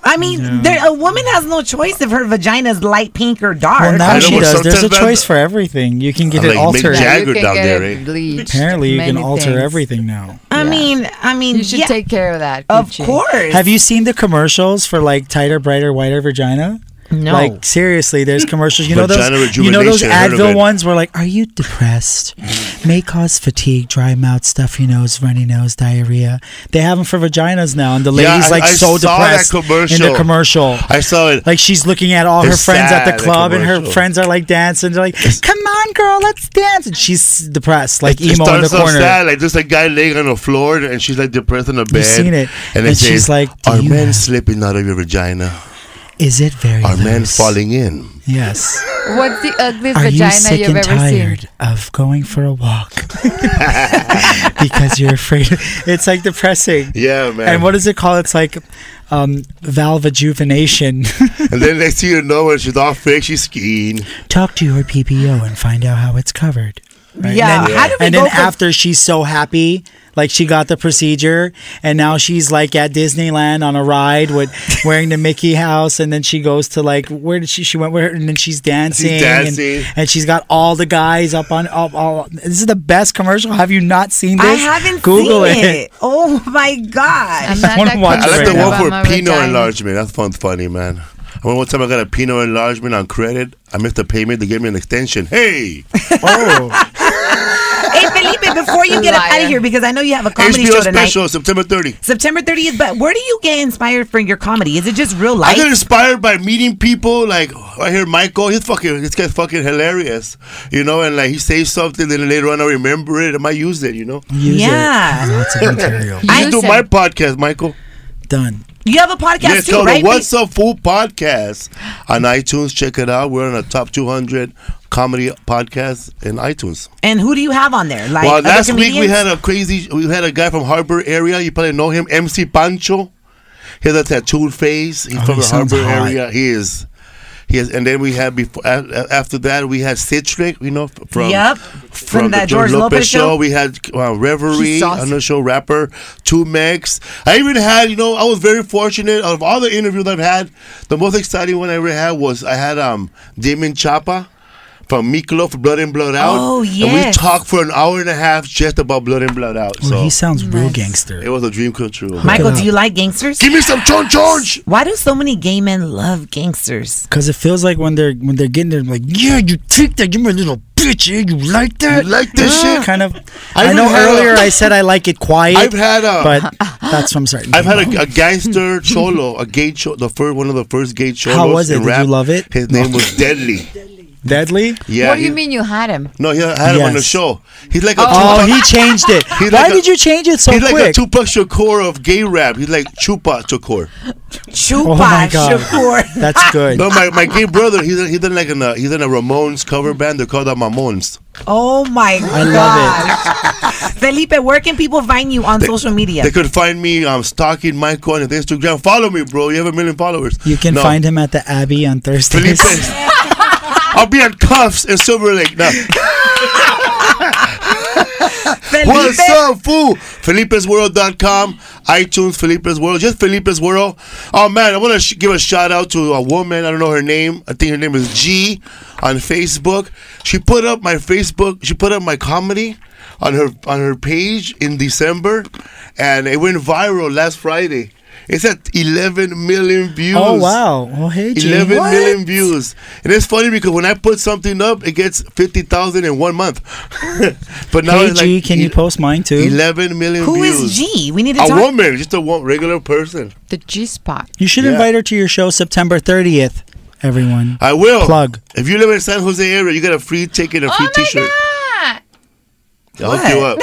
Speaker 2: I mean, there, a woman has no choice if her vagina's light pink or dark.
Speaker 6: Well, now
Speaker 4: I know,
Speaker 6: she
Speaker 4: but
Speaker 6: does. There's a
Speaker 4: sometimes
Speaker 6: choice for everything. You can
Speaker 4: I'm
Speaker 6: get it
Speaker 4: like Mick
Speaker 6: altered.
Speaker 4: Jagger.
Speaker 3: You can
Speaker 4: down
Speaker 3: get
Speaker 4: there,
Speaker 3: it
Speaker 4: eh?
Speaker 3: bleached,
Speaker 6: Apparently, you can
Speaker 3: many
Speaker 6: alter
Speaker 3: things.
Speaker 6: everything now.
Speaker 2: I mean, I mean,
Speaker 3: You should
Speaker 2: yeah,
Speaker 3: take care of that.
Speaker 2: Of
Speaker 3: Gucci.
Speaker 2: course.
Speaker 6: Have you seen the commercials for like tighter, brighter, whiter vagina?
Speaker 2: No.
Speaker 6: Like seriously, there's commercials. You know
Speaker 4: Vagina
Speaker 6: those. You know those
Speaker 4: rejuvenation, I heard of
Speaker 6: Advil
Speaker 4: it.
Speaker 6: ones where like, are you depressed? May cause fatigue, dry mouth, stuffy nose, runny nose, diarrhea. They have them for vaginas now, and the
Speaker 4: Yeah,
Speaker 6: lady's
Speaker 4: I-
Speaker 6: like
Speaker 4: I
Speaker 6: so
Speaker 4: saw that
Speaker 6: depressed in
Speaker 4: commercial.
Speaker 6: the commercial.
Speaker 4: I saw it.
Speaker 6: Like she's looking at all her
Speaker 4: It's
Speaker 6: friends at
Speaker 4: sad,
Speaker 6: the
Speaker 4: the
Speaker 6: club, and her
Speaker 4: commercial.
Speaker 6: friends are like dancing. They're like, "Come on, girl, let's dance!" And she's depressed, like
Speaker 4: it
Speaker 6: emo in
Speaker 4: starts
Speaker 6: the
Speaker 4: so
Speaker 6: corner.
Speaker 4: sad, like just a guy laying on the floor and she's like depressed on the bed.
Speaker 6: seen it.
Speaker 4: And, it
Speaker 6: And she's
Speaker 4: says,
Speaker 6: like,
Speaker 4: Are
Speaker 6: "Do you
Speaker 4: men
Speaker 6: have-"
Speaker 4: slipping out of your vagina?
Speaker 6: Is it very
Speaker 4: Are men
Speaker 6: loose?
Speaker 4: falling in?
Speaker 6: Yes.
Speaker 3: What's the ugliest
Speaker 6: Are you
Speaker 3: vagina
Speaker 6: sick
Speaker 3: you've
Speaker 6: and
Speaker 3: ever
Speaker 6: tired
Speaker 3: seen?
Speaker 6: of going for a walk because you're afraid? It's like depressing.
Speaker 4: Yeah, man.
Speaker 6: And what does it call? It's like um, valve rejuvenation.
Speaker 4: And then next thing you know, when she's all fake, she's skiing.
Speaker 6: Talk to your PPO and find out how it's covered. Right?
Speaker 2: Yeah,
Speaker 6: And then,
Speaker 2: how do we
Speaker 6: and
Speaker 2: go
Speaker 6: then
Speaker 2: from-
Speaker 6: after she's so happy, like she got the procedure, and now she's like at Disneyland on a ride with wearing the Mickey house, and then she goes to like where did she? She went where, and then she's dancing, and-
Speaker 4: dancing.
Speaker 6: And, she's got all the guys up on up all. This is the best commercial. Have you not seen this?
Speaker 2: I haven't
Speaker 6: Google
Speaker 2: seen it. Oh my god!
Speaker 3: I'm not
Speaker 6: wanna
Speaker 3: that
Speaker 6: watch
Speaker 4: I like
Speaker 6: Right
Speaker 4: the
Speaker 6: now.
Speaker 4: one
Speaker 3: about my
Speaker 4: for Pinot
Speaker 3: vagina.
Speaker 4: enlargement. That sounds funny, man. I remember one time I got a Pinot enlargement on credit. I missed the payment. They gave me an extension. Hey,
Speaker 6: Oh,
Speaker 2: hey Felipe, before you get up out
Speaker 3: Liar.
Speaker 2: of here, because I know you have a comedy
Speaker 4: HBO
Speaker 2: show tonight.
Speaker 4: special September 30.
Speaker 2: September 30th, but where do you get inspired for your comedy? Is it just real
Speaker 4: I
Speaker 2: life?
Speaker 4: get inspired by meeting people. Like I hear Michael, he's fucking this guy's fucking hilarious, you know. And like he says something, then later on I remember it. I might use it, you know.
Speaker 6: use
Speaker 2: Yeah.
Speaker 6: it. Lots of material.
Speaker 4: You should
Speaker 3: Use
Speaker 4: do
Speaker 3: it.
Speaker 4: my podcast, Michael.
Speaker 6: Done.
Speaker 2: You have a podcast
Speaker 4: Yeah, it's
Speaker 2: too,
Speaker 4: called
Speaker 2: right?
Speaker 4: the What's Up Fool podcast on iTunes. Check it out. We're on the top 200 comedy podcasts in iTunes.
Speaker 2: And who do you have on there? Like
Speaker 4: well,
Speaker 2: other
Speaker 4: last week we
Speaker 2: comedians?
Speaker 4: had a crazy. We had a guy from Harbor area. You probably know him, MC Pancho. He has a tattooed face. He's
Speaker 6: Oh,
Speaker 4: from
Speaker 6: he
Speaker 4: the
Speaker 6: sounds
Speaker 4: Harbor
Speaker 6: hot.
Speaker 4: area. He is. He is, and then we had before a- after that we had Citric, you know, f- from
Speaker 2: Yep. From
Speaker 4: the
Speaker 2: that George Lopez show.
Speaker 4: We had uh, Reverie
Speaker 3: He's saucy.
Speaker 4: on the show, rapper Two Mex. I even had, you know, I was very fortunate. Out of all the interviews I've had, the most exciting one I ever had was I had um Damon Chapa from Miklo for Blood and Blood Out.
Speaker 2: Oh,
Speaker 4: And we
Speaker 2: yes.
Speaker 4: talked for an hour and a half just about Blood and Blood Out.
Speaker 6: Well,
Speaker 4: So
Speaker 6: he sounds real
Speaker 3: Nice.
Speaker 6: gangster.
Speaker 4: it was a dream come true.
Speaker 2: Michael,
Speaker 6: it
Speaker 2: do
Speaker 6: up.
Speaker 2: you like gangsters?
Speaker 4: Give me some Chon Chonch.
Speaker 2: Why do so many gay men love gangsters?
Speaker 6: Cause it feels like when they're when they're getting there, like yeah, you take that, you're a little bitch, eh? you like that,
Speaker 4: You like this shit?
Speaker 6: Kind of.
Speaker 4: I've
Speaker 6: I, know
Speaker 4: had a-
Speaker 6: earlier I said I like it quiet.
Speaker 4: I've had a-
Speaker 6: but that's from certain.
Speaker 4: I've had
Speaker 6: people.
Speaker 4: a, a gangster cholo, a gay cholo, the first one of the first gay cholos.
Speaker 6: How was it?
Speaker 4: in
Speaker 6: Did you
Speaker 4: rap.
Speaker 6: love it?
Speaker 4: His name was Deadly.
Speaker 6: deadly.
Speaker 4: Yeah.
Speaker 3: what do you
Speaker 4: he-
Speaker 3: mean you had him?
Speaker 4: No, he, I had him on the
Speaker 6: Yes.
Speaker 4: show. He's like a
Speaker 6: Oh,
Speaker 4: Tupac-
Speaker 6: he changed it.
Speaker 4: He's
Speaker 6: Why
Speaker 4: like a-
Speaker 6: did you change it so
Speaker 4: he's like a
Speaker 6: quick?
Speaker 4: Tupac Shakur of gay rap. He's like Chupa Shakur.
Speaker 2: Chupa
Speaker 6: oh my god,
Speaker 2: Shakur.
Speaker 6: that's good.
Speaker 4: No, my, my gay brother. He's he's in like in a he's in a Ramones cover band. They're called the Mamones.
Speaker 2: Oh my
Speaker 6: I love it.
Speaker 2: Felipe, where can people find you on social media?
Speaker 4: They could find me um stalking Michael on his Instagram. Follow me, bro. You have a million followers.
Speaker 6: You can
Speaker 4: No,
Speaker 6: find him at the Abbey on Thursdays.
Speaker 4: Felipe. I'll be at Cuffs in Silver Lake. No.
Speaker 2: Felipe,
Speaker 4: What's up, fool? Felipe'sWorld.com, iTunes, Felipe's World, just Felipe's World. Oh man, I want to sh- give a shout out to a woman. I don't know her name. I think her name is G on Facebook. She put up my Facebook. She put up my comedy on her on her page in December, and it went viral last Friday. It's at 11 million views.
Speaker 6: oh wow. Oh hey, G.
Speaker 4: Eleven million
Speaker 6: What?
Speaker 4: views. And it's funny because when I put something up, it gets 50,000 in one month. but now
Speaker 6: Hey
Speaker 4: it's
Speaker 6: G,
Speaker 4: like
Speaker 6: can you
Speaker 4: el-
Speaker 6: post mine too?
Speaker 4: 11 million
Speaker 2: Who
Speaker 4: views.
Speaker 2: is G? We need to
Speaker 4: A
Speaker 2: talk.
Speaker 4: woman, just a one regular person.
Speaker 3: The G spot.
Speaker 6: you should
Speaker 4: Yeah.
Speaker 6: invite her to your show September 30th. Everyone.
Speaker 4: I will.
Speaker 6: Plug.
Speaker 4: If you live in San Jose area, you get a free ticket, a free
Speaker 3: Oh my
Speaker 4: t-shirt.
Speaker 3: god!
Speaker 4: I'll hook you up.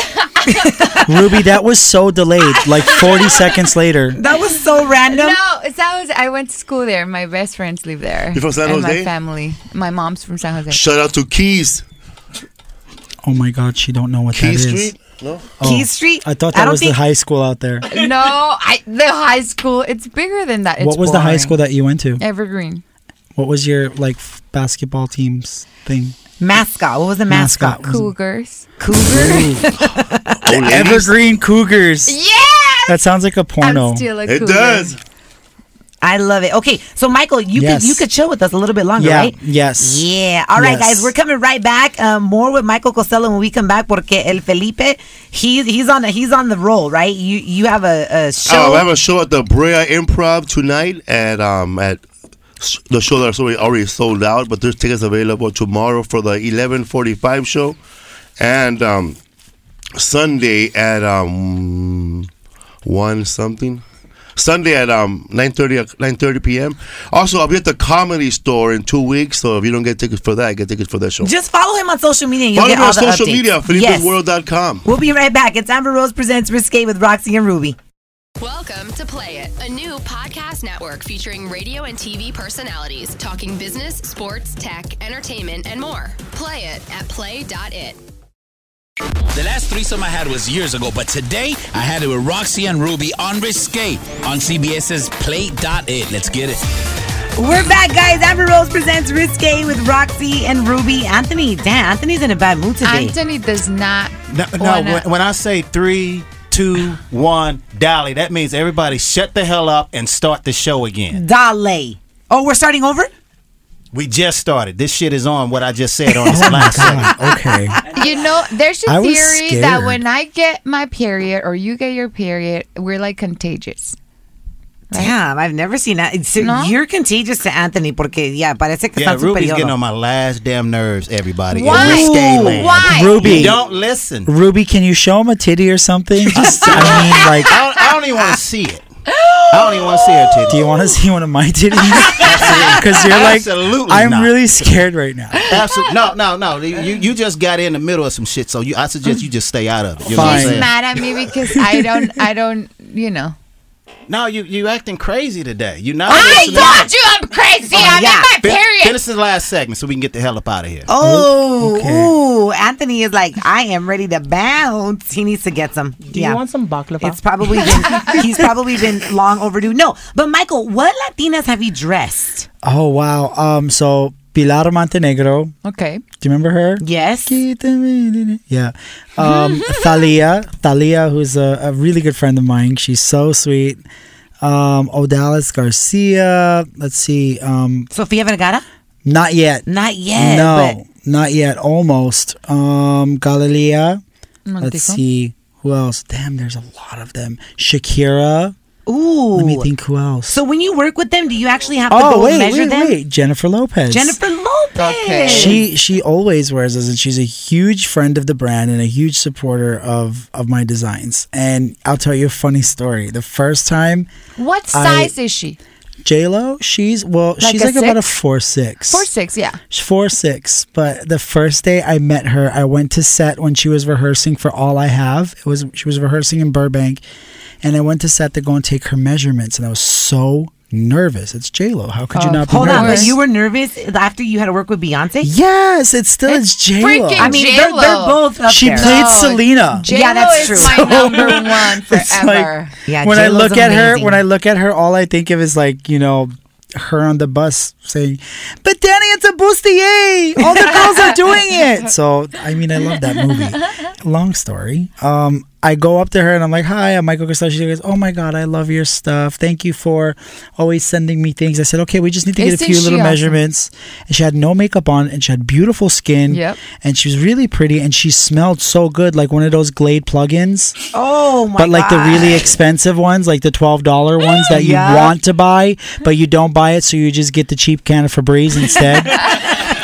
Speaker 6: Ruby, that was so delayed. Like 40 seconds later.
Speaker 2: That was so random.
Speaker 3: No, it's- that was I went to school there. My best friends live there.
Speaker 4: You're from San
Speaker 3: and
Speaker 4: Jose?
Speaker 3: My family. My mom's from San Jose.
Speaker 4: Shout out to Keys.
Speaker 6: Oh my God, she don't know what
Speaker 4: Key
Speaker 6: that is.
Speaker 4: Street? No?
Speaker 6: Oh,
Speaker 2: Key Street?
Speaker 6: I thought
Speaker 2: I
Speaker 6: that
Speaker 2: don't
Speaker 6: was the
Speaker 2: think-
Speaker 6: high school out there.
Speaker 3: no, I the high school. It's bigger than that. It's
Speaker 6: what was the high
Speaker 3: boring.
Speaker 6: school that you went to?
Speaker 3: Evergreen.
Speaker 6: What was your like f- basketball team's thing?
Speaker 2: Mascot. What was the mascot?
Speaker 6: was it-
Speaker 3: Cougars.
Speaker 2: Cougar.
Speaker 4: Oh, ladies.
Speaker 6: Evergreen Cougars.
Speaker 3: Yeah.
Speaker 6: That sounds like a porno.
Speaker 3: I'm still a
Speaker 4: It
Speaker 3: cougar.
Speaker 4: does.
Speaker 2: I love it. Okay, so Michael, you
Speaker 6: Yes.
Speaker 2: could you could chill with us a little bit longer,
Speaker 6: yeah.
Speaker 2: right?
Speaker 6: Yes.
Speaker 2: Yeah. All right,
Speaker 6: Yes.
Speaker 2: guys, we're coming right back. Um, more with Michael Costello when we come back. Porque el Felipe, he he's on he's on the roll, right? You you have a, a show.
Speaker 4: Oh, I have a show at the Brea Improv tonight at um at s- the show that's already already sold out, but there's tickets available tomorrow for the 11:45 show, and um Sunday at um one something. Sunday at um 9:30 o'c- 9:30 p.m. Also, I'll be at the Comedy Store in two weeks. So if you don't get tickets for that, get tickets for that show.
Speaker 2: Just follow him on social media. And you'll
Speaker 4: Follow me
Speaker 2: get all
Speaker 4: on
Speaker 2: the
Speaker 4: social
Speaker 2: updates.
Speaker 4: media,
Speaker 2: Yes.
Speaker 4: Felipe'sWorld.com.
Speaker 2: We'll be right back. It's Amber Rose presents Risque with Roxy and Ruby.
Speaker 7: Welcome Welcome to Play It, a new podcast network featuring radio and TV personalities talking business, sports, tech, entertainment, and more. Play it at play.it.
Speaker 9: The last threesome I had was years ago, but today I had it with Roxy and Ruby on Risque on CBS's Play.it. Let's get it.
Speaker 2: We're back, guys. Amber Rose presents Risque with Roxy and Ruby. Anthony, damn, Anthony's in a bad mood today.
Speaker 3: Anthony does not.
Speaker 10: No, no
Speaker 3: wanna-
Speaker 10: when, when I say three, two, one, dolly, that means everybody shut the hell up and start the show
Speaker 6: Mm.
Speaker 10: again.
Speaker 2: Dale. Oh, we're starting over?
Speaker 10: We just started. This shit is on what I just said on this last segment.
Speaker 6: Oh okay.
Speaker 3: You know, there's a
Speaker 6: I was
Speaker 3: theory that
Speaker 6: scared.
Speaker 3: when I get my period or you get your period, we're like contagious.
Speaker 2: Damn, I've never seen that. It's-
Speaker 3: No?
Speaker 2: You're contagious to Anthony, porque, yeah, parece que
Speaker 10: Yeah,
Speaker 2: está
Speaker 10: Ruby's
Speaker 2: superior.
Speaker 10: getting on my last damn nerves, everybody. in
Speaker 3: Why?
Speaker 10: Risque land.
Speaker 3: Why?
Speaker 6: Ruby.
Speaker 10: You don't listen.
Speaker 6: Ruby, can you show him a titty or something? Just, I mean, like,
Speaker 10: I don't, I don't even want to see it. I don't even want to see her titties.
Speaker 6: do you want to see one of my titties? Because you're like,
Speaker 10: Absolutely
Speaker 6: I'm
Speaker 10: not.
Speaker 6: really scared right now.
Speaker 10: Absolutely. No, no, no. You you just got in the middle of some shit, so you I suggest you just stay out of it. You know
Speaker 4: Oh,
Speaker 6: Fine.
Speaker 10: what I'm
Speaker 3: He's
Speaker 10: saying?
Speaker 3: mad at me because I don't, I don't, you know.
Speaker 10: No, you you acting crazy today. You're not.
Speaker 3: I
Speaker 10: listening.
Speaker 3: told you I'm crazy. I'm
Speaker 2: yeah.
Speaker 3: in my
Speaker 10: Fin-
Speaker 3: period.
Speaker 10: Finish the last segment so we can get the hell up out of here.
Speaker 2: Oh,
Speaker 6: Okay.
Speaker 2: ooh, Anthony is like, I am ready to bounce. He needs to get some. Do yeah.
Speaker 6: some baklava?
Speaker 2: It's probably been, he's probably been long overdue. No, but Michael, what Latinas have you dressed?
Speaker 6: oh, wow. Um, so, Pilar Montenegro.
Speaker 3: Okay.
Speaker 6: Do you remember her?
Speaker 2: Yes.
Speaker 6: Quítame- Yeah. Um, Thalia. Thalia, who's a, a really good friend of mine. She's so sweet. Um, Odalis Garcia. Let's see. Um,
Speaker 2: Sofia Vergara?
Speaker 6: not yet.
Speaker 2: Not yet.
Speaker 6: no, not yet. Almost. Um, Galilea. Let's
Speaker 3: Montijo.
Speaker 6: see. Who else? Damn, there's a lot of them. Shakira.
Speaker 2: But, ooh.
Speaker 6: Let me think who else.
Speaker 2: So when you work with them, do you actually have to
Speaker 6: oh,
Speaker 2: go
Speaker 6: wait,
Speaker 2: measure
Speaker 6: wait,
Speaker 2: them?
Speaker 6: wait. Jennifer Lopez.
Speaker 2: Jennifer Lopez.
Speaker 3: Okay.
Speaker 6: She she always wears this, and she's a huge friend of the brand and a huge supporter of of my designs. And I'll tell you a funny story. The first time
Speaker 3: What
Speaker 6: I-
Speaker 3: size is she?
Speaker 6: J Lo, she's well, she's
Speaker 3: a
Speaker 6: like about a
Speaker 3: six?
Speaker 6: four six.
Speaker 3: Four six. Yeah.
Speaker 6: She's four six. But the first day I met her, I went to set when she was rehearsing for All I Have. It was she was rehearsing in Burbank, and I went to set to go and take her measurements, and I was so nervous. It's J Lo. How could you not be
Speaker 2: Oh. Hold on,
Speaker 6: nervous?
Speaker 2: but you were nervous after you had to work with Beyonce?
Speaker 6: Yes, it's still it's, J Lo.
Speaker 3: freaking
Speaker 2: I mean, they're,
Speaker 3: J-Lo.
Speaker 2: they're both up
Speaker 6: She
Speaker 2: there.
Speaker 6: played
Speaker 3: No,
Speaker 6: Selena.
Speaker 3: J-Lo
Speaker 2: Yeah, that's
Speaker 3: is
Speaker 2: true.
Speaker 3: my number one
Speaker 6: It's
Speaker 3: forever.
Speaker 6: like,
Speaker 2: Yeah,
Speaker 6: when I
Speaker 2: J-Lo's
Speaker 6: look at her,
Speaker 2: amazing.
Speaker 6: when I look at her, all I think of is like you know her on the bus saying, "But Danny, it's a bustier. All the girls are doing it." So I mean, I love that movie. Long story. Um, I go up to her and I'm like, "Hi, I'm Michael Costello." She goes, "Oh my God, I love your stuff. Thank you for always sending me things." I said, "Okay, we just need to get
Speaker 3: Isn't
Speaker 6: a few little
Speaker 3: she awesome?
Speaker 6: measurements." And she had no makeup on, and she had beautiful skin.
Speaker 3: Yep.
Speaker 6: And she was really pretty, and she smelled so good, like one of those Glade plugins
Speaker 2: Oh my
Speaker 6: but like the
Speaker 2: God. Mm,
Speaker 6: really expensive ones, like the twelve dollar ones that you
Speaker 2: Yeah.
Speaker 6: want to buy, but you don't buy it, so you just get the cheap can of Febreze instead.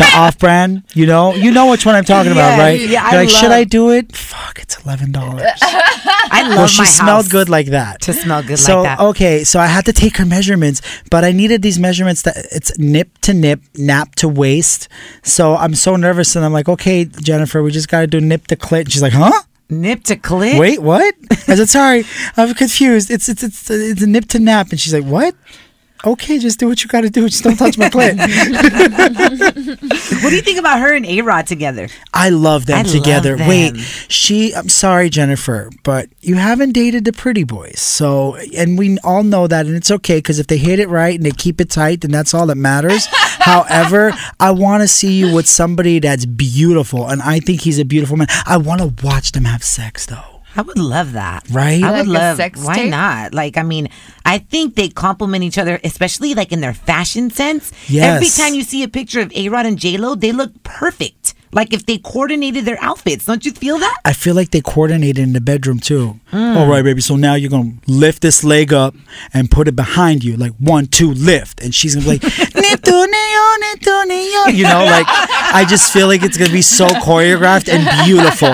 Speaker 6: the off brand, you know, you know which one I'm talking about,
Speaker 2: Yeah,
Speaker 6: right?
Speaker 2: yeah,
Speaker 6: You're
Speaker 2: I
Speaker 6: like, should I
Speaker 2: love-
Speaker 6: do it? Fuck, it's eleven dollars.
Speaker 2: I love
Speaker 6: well, she
Speaker 2: my
Speaker 6: smelled
Speaker 2: house
Speaker 6: good like that.
Speaker 2: to smell good
Speaker 6: so oh,
Speaker 2: like that.
Speaker 6: okay, so I had to take her measurements, but I needed these measurements that it's nip to nip, nap to waist. So I'm so nervous, and I'm like, okay, Jennifer, we just got to do nip to clit. And she's like, huh?
Speaker 2: Nip to clit.
Speaker 6: Wait, what? I said, sorry, I'm confused. It's it's it's it's a nip to nap, and she's like, what? Okay, just do what you got to do. Just don't touch my clit.
Speaker 2: What do you think about her and A Rod together?
Speaker 6: I love them
Speaker 2: I love
Speaker 6: together.
Speaker 2: them.
Speaker 6: Wait, she. I'm sorry, Jennifer, but you haven't dated the pretty boys. So, and we all know that, and it's okay because if they hit it right and they keep it tight, then that's all that matters. However, I want to see you with somebody that's beautiful, and I think he's a beautiful man. I want to watch them have sex, though.
Speaker 2: I would love that.
Speaker 6: Right?
Speaker 2: I
Speaker 3: Like
Speaker 2: would
Speaker 3: a
Speaker 2: love.
Speaker 3: sex
Speaker 2: why
Speaker 3: tape?
Speaker 2: not? Like, I mean, I think they complement each other, especially like in their fashion sense. Every
Speaker 6: Yes.
Speaker 2: time you see a picture of A Rod and J Lo, they look perfect. Like if they coordinated their outfits, don't you feel that?
Speaker 6: I feel like they coordinated in the bedroom too.
Speaker 2: Hmm.
Speaker 6: All right, baby. So now you're gonna lift this leg up and put it behind you, like one, two, lift. And she's gonna be like, "Nituneo, nituneo," you know, like I just feel like it's gonna be so choreographed and beautiful.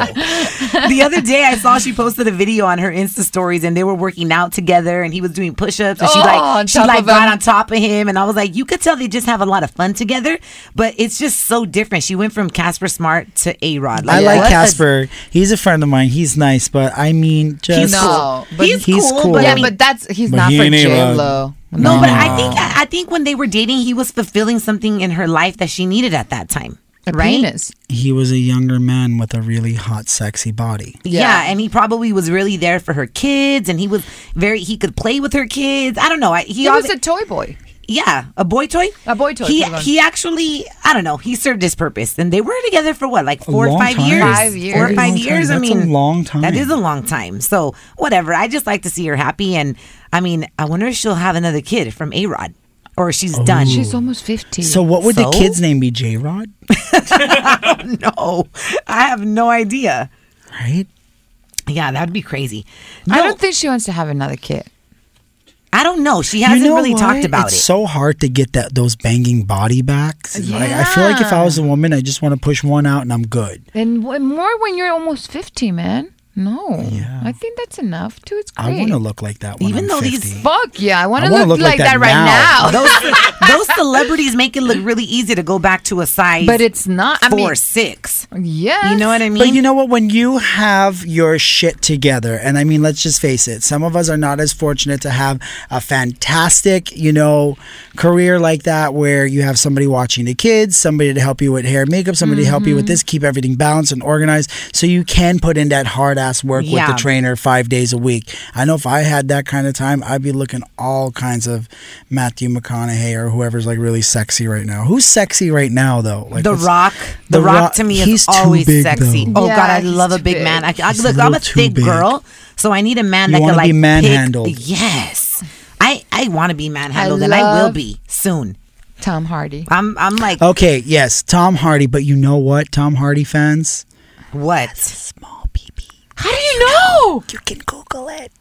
Speaker 2: the other day I saw she posted a video on her Insta stories and they were working out together and he was doing push-ups and she
Speaker 3: Oh,
Speaker 2: like
Speaker 3: on
Speaker 2: she
Speaker 3: top
Speaker 2: like
Speaker 3: of
Speaker 2: got
Speaker 3: him.
Speaker 2: on top of him and I was like you could tell they just have a lot of fun together but it's just so different. She went from Casper super smart to A Rod.
Speaker 6: I like Casper. He's a friend of mine. He's nice, but I mean,
Speaker 2: He's
Speaker 6: just
Speaker 2: cool. No, but- He's cool, but I
Speaker 3: yeah,
Speaker 2: mean-
Speaker 3: but that's he's
Speaker 6: But
Speaker 3: not
Speaker 6: he
Speaker 3: for
Speaker 6: ain't even-
Speaker 3: J Lo.
Speaker 2: No, but I think I think when they were dating, he was fulfilling something in her life that she needed at that time. right?
Speaker 6: He was a younger man with a really hot, sexy body.
Speaker 2: Yeah. and he probably was really there for her kids, and he was very he could play with her kids. I don't know. I, he,
Speaker 3: He was
Speaker 2: obvi-
Speaker 3: a toy boy.
Speaker 2: yeah, a boy toy.
Speaker 3: A boy toy.
Speaker 2: He
Speaker 3: put it on.
Speaker 2: he actually I don't know. He served his purpose, and they were together for what like
Speaker 6: A
Speaker 2: four or
Speaker 6: long
Speaker 2: five
Speaker 6: time.
Speaker 2: years.
Speaker 3: Five
Speaker 2: Four or
Speaker 3: years.
Speaker 2: five
Speaker 6: Long time.
Speaker 2: years. I
Speaker 6: That's a
Speaker 2: mean,
Speaker 6: long time.
Speaker 2: That is a long time. So whatever. I just like to see her happy, and I mean, I wonder if she'll have another kid from A Rod, or she's
Speaker 6: Oh.
Speaker 2: done.
Speaker 3: She's almost fifty.
Speaker 6: So, what would the
Speaker 2: So?
Speaker 6: kid's name be? J Rod,
Speaker 2: no, I have no idea.
Speaker 6: right?
Speaker 2: Yeah, that'd be crazy.
Speaker 3: I don't think she wants to have another kid.
Speaker 2: I don't know. She hasn't really
Speaker 6: what?
Speaker 2: talked about
Speaker 6: it's
Speaker 2: it.
Speaker 6: so hard to get that those banging body backs. Like, I feel like if I was a woman, I just want to push one out and I'm good.
Speaker 3: And w- more when you're almost 50, man. No. I think that's enough, too. It's
Speaker 6: I
Speaker 3: great.
Speaker 6: want to look like that. When
Speaker 2: Even
Speaker 6: I'm
Speaker 2: though these
Speaker 6: 50.
Speaker 3: Fuck yeah. I want
Speaker 6: I
Speaker 3: to
Speaker 6: wanna
Speaker 3: look, like that, right now.
Speaker 2: those those celebrities make it look really easy to go back to a size,
Speaker 3: But it's not. I
Speaker 2: four
Speaker 3: mean,
Speaker 2: six.
Speaker 3: yes.
Speaker 2: You know what I mean?
Speaker 6: But you know what? When you have your shit together, and I mean, let's just face it, some of us are not as fortunate to have a fantastic, you know, career like that where you have somebody watching the kids, somebody to help you with hair and makeup, somebody to help you
Speaker 2: Mm-hmm.
Speaker 6: with this, keep everything balanced and organized so you can put in that hard ass work
Speaker 2: Yeah.
Speaker 6: with the trainer five days a week. I know if I had that kind of time, I'd be looking all kinds of Matthew McConaughey or whoever's like really sexy right now. Who's sexy right now, though? Like
Speaker 2: the
Speaker 6: what's-
Speaker 2: Rock, the,
Speaker 6: The
Speaker 2: Rock,
Speaker 6: Rock-
Speaker 2: to me
Speaker 6: he's
Speaker 2: is
Speaker 6: too
Speaker 2: always
Speaker 6: big,
Speaker 2: sexy.
Speaker 6: though.
Speaker 2: Oh
Speaker 3: Yeah,
Speaker 2: God, I
Speaker 3: he's
Speaker 2: love a
Speaker 3: too
Speaker 2: big,
Speaker 3: big.
Speaker 2: man. I, I
Speaker 6: He's a
Speaker 2: look, I'm a
Speaker 6: little too
Speaker 2: thick
Speaker 6: big.
Speaker 2: girl, so I need a man
Speaker 6: You
Speaker 2: that
Speaker 6: wanna
Speaker 2: can
Speaker 6: be
Speaker 2: like
Speaker 6: manhandled.
Speaker 2: Pick. Yes, I I want to be manhandled, and I will
Speaker 3: love-
Speaker 2: be soon.
Speaker 3: Tom Hardy.
Speaker 2: I'm I'm like
Speaker 6: Okay, yes, Tom Hardy, but you know what, Tom Hardy fans?
Speaker 2: what?
Speaker 3: How do you know?
Speaker 6: You can Google it.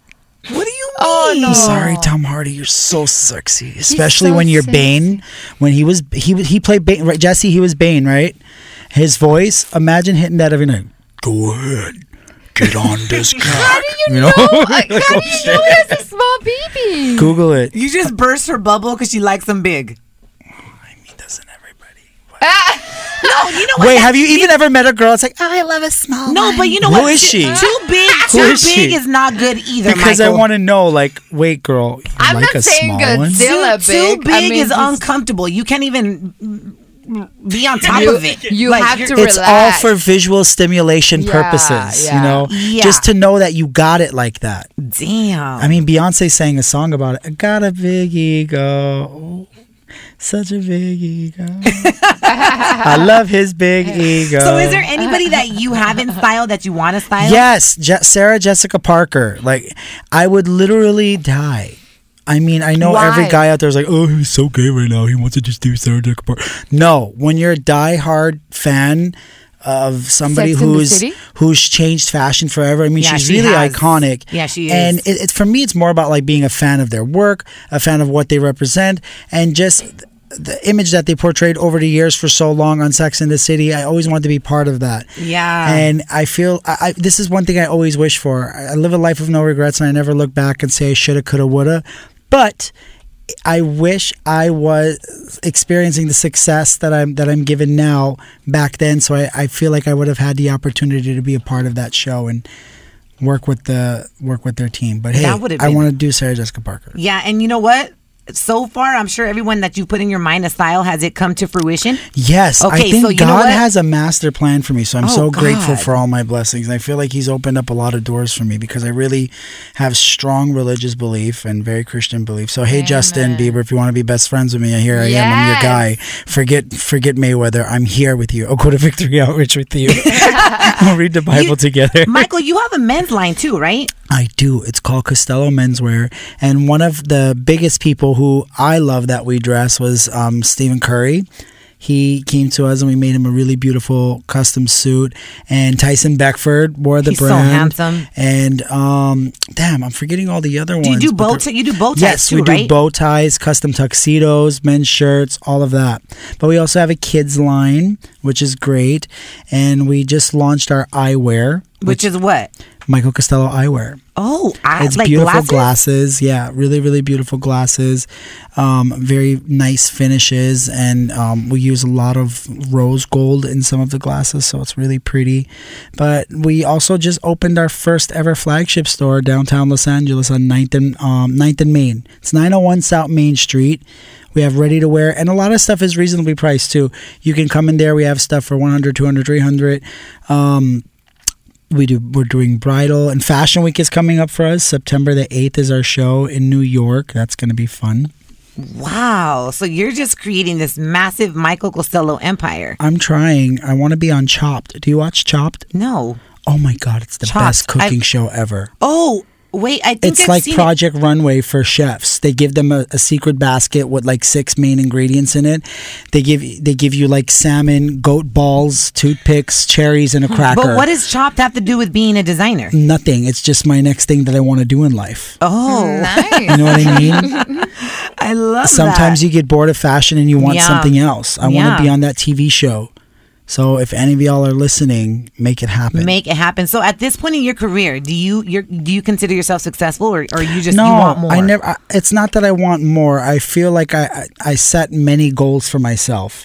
Speaker 2: What do you mean?
Speaker 3: Oh, no.
Speaker 6: I'm sorry, Tom Hardy, you're so sexy, especially
Speaker 3: so
Speaker 6: when you're
Speaker 3: sexy.
Speaker 6: Bane. When he was he was- he played Bane, right? Jesse, he was Bane, right? His voice. Imagine hitting that every night. Go ahead, get on this
Speaker 3: How
Speaker 6: cat.
Speaker 3: do you, know? Like, How do you know that's a small baby?
Speaker 6: Google it.
Speaker 2: You just burst her bubble because she likes them big.
Speaker 6: He doesn't everybody.
Speaker 3: Ah.
Speaker 2: No, you know what?
Speaker 6: Wait,
Speaker 2: That-
Speaker 6: have you even ever met a girl that's like, oh, I love a small?
Speaker 2: No, but you know
Speaker 6: Who
Speaker 2: what?
Speaker 6: is she?
Speaker 2: Too big.
Speaker 6: Who
Speaker 2: Too
Speaker 6: is she?
Speaker 2: big is not good either.
Speaker 6: Because
Speaker 2: Michael.
Speaker 6: I want to know. Like, wait, girl, you
Speaker 3: I'm
Speaker 6: like
Speaker 3: not
Speaker 6: a
Speaker 3: saying
Speaker 6: small
Speaker 3: good
Speaker 6: one?
Speaker 3: thing. Dilla
Speaker 2: too, too
Speaker 3: big. I
Speaker 2: big
Speaker 3: mean,
Speaker 2: is
Speaker 3: just-
Speaker 2: uncomfortable. You can't even be on top
Speaker 3: You-
Speaker 2: of it.
Speaker 3: you have
Speaker 2: you're-
Speaker 3: to
Speaker 6: it's
Speaker 3: relax.
Speaker 6: all for visual stimulation
Speaker 3: Yeah,
Speaker 6: purposes
Speaker 3: yeah.
Speaker 6: you know
Speaker 2: Yeah.
Speaker 6: just to know that you got it like that
Speaker 2: Damn.
Speaker 6: i mean beyonce sang a song about it i got a big ego such a big ego i love his big ego
Speaker 2: so is there anybody that you haven't styled that you want to style?
Speaker 6: yes Je- sarah jessica parker like i would literally die I mean, I know every
Speaker 3: Why?
Speaker 6: guy out there is like, oh, he's so gay right now. He wants to just do Sarah Jessica Parker. No, when you're a diehard fan of somebody
Speaker 3: Sex and the
Speaker 6: who's
Speaker 3: City?
Speaker 6: who's changed fashion forever, I mean,
Speaker 2: Yeah,
Speaker 6: she's
Speaker 2: she
Speaker 6: really
Speaker 2: has.
Speaker 6: iconic.
Speaker 2: Yeah, she is.
Speaker 6: And it, it, for me, it's more about like being a fan of their work, a fan of what they represent, and just th- the image that they portrayed over the years for so long on Sex and the City. I always wanted to be part of that.
Speaker 2: Yeah.
Speaker 6: And I feel I, I, this is one thing I always wish for. I, I live a life of no regrets, and I never look back and say I shoulda, coulda, woulda. But I wish I was experiencing the success that I'm that I'm given now back then. So I, I feel like I would have had the opportunity to be a part of that show and work with the work with their team. But hey,
Speaker 2: That would've
Speaker 6: I
Speaker 2: been-
Speaker 6: want to do Sarah Jessica Parker.
Speaker 2: Yeah, and you know what? So far, I'm sure everyone that you put in your mind to style has it come to fruition.
Speaker 6: Yes,
Speaker 2: Okay,
Speaker 6: I think
Speaker 2: so you know
Speaker 6: God
Speaker 2: what?
Speaker 6: has a master plan for me, so I'm
Speaker 2: Oh,
Speaker 6: so grateful
Speaker 2: God.
Speaker 6: for all my blessings. And I feel like He's opened up a lot of doors for me because I really have strong religious belief and very Christian belief. So, hey, Justin Bieber, if you want to be best friends with me, here I am. I'm your
Speaker 3: Yes.
Speaker 6: guy. Forget, forget Mayweather. I'm here with you. I'll go to Victory Outreach with you. we'll read the Bible together.
Speaker 2: Michael, you have a men's line too, right?
Speaker 6: I do. It's called Costello Menswear, and one of the biggest people who I love that we dress was um, Stephen Curry. He came to us and we made him a really beautiful custom suit. And Tyson Beckford wore the
Speaker 2: He's so
Speaker 6: brand.
Speaker 2: handsome.
Speaker 6: And um, damn, I'm forgetting all the other ones.
Speaker 2: Do you do
Speaker 6: but
Speaker 2: bow
Speaker 6: they're-
Speaker 2: tie? You do bow ties
Speaker 6: yes,
Speaker 2: too,
Speaker 6: we do
Speaker 2: right?
Speaker 6: bow ties, custom tuxedos, men's shirts, all of that. But we also have a kids line, which is great. And we just launched our eyewear,
Speaker 2: Which is what?
Speaker 6: Michael Costello eyewear.
Speaker 2: Oh, I,
Speaker 6: it's
Speaker 2: like
Speaker 6: beautiful
Speaker 2: glasses?
Speaker 6: glasses? Yeah, really, really beautiful glasses. Um, very nice finishes, and um, we use a lot of rose gold in some of the glasses, so it's really pretty. But we also just opened our first ever flagship store downtown Los Angeles on 9th and um, 9th and Main. It's 901 South Main Street. We have ready to wear, and a lot of stuff is reasonably priced too. You can come in there. We have stuff for 100, 200, 300. Um, we do we're doing bridal and fashion week is coming up for us september the 8th is our show in new york that's going to be fun
Speaker 2: Wow. So you're just creating this massive Michael Costello empire.
Speaker 6: i'm trying i want to be on chopped do you watch chopped
Speaker 2: no
Speaker 6: oh my god it's the best
Speaker 2: Chopped. I-
Speaker 6: cooking show ever
Speaker 2: Oh, wait. I think
Speaker 6: it's
Speaker 2: I've
Speaker 6: like
Speaker 2: seen it.
Speaker 6: Project Runway for chefs. They give them a, a secret basket with like six main ingredients in it. They give they give you like salmon, goat balls, toothpicks, cherries, and a cracker.
Speaker 2: But what does chopped have to do with being a designer?
Speaker 6: nothing? It's just my next thing that I want to do in life.
Speaker 2: Oh,
Speaker 6: You know what I mean?
Speaker 2: I love
Speaker 6: sometimes you get bored of fashion and you want
Speaker 2: Yeah.
Speaker 6: something else. I want
Speaker 2: Yeah.
Speaker 6: to be on that TV show. So if any of y'all are listening, make it happen.
Speaker 2: make it happen. So at this point in your career, do you you're, do you consider yourself successful, or, or you just
Speaker 6: no,
Speaker 2: you want more?
Speaker 6: I never. I, it's not that I want more. I feel like I I, I set many goals for myself.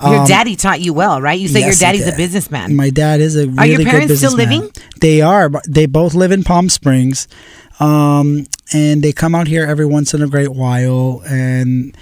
Speaker 2: Your
Speaker 6: Um,
Speaker 2: daddy taught you well, right? You say
Speaker 6: yes, he
Speaker 2: your daddy's a
Speaker 6: did.
Speaker 2: businessman.
Speaker 6: My dad is a really
Speaker 2: Are your
Speaker 6: good
Speaker 2: parents still
Speaker 6: businessman.
Speaker 2: living?
Speaker 6: They are. but They both live in Palm Springs, um, and they come out here every once in a great while. And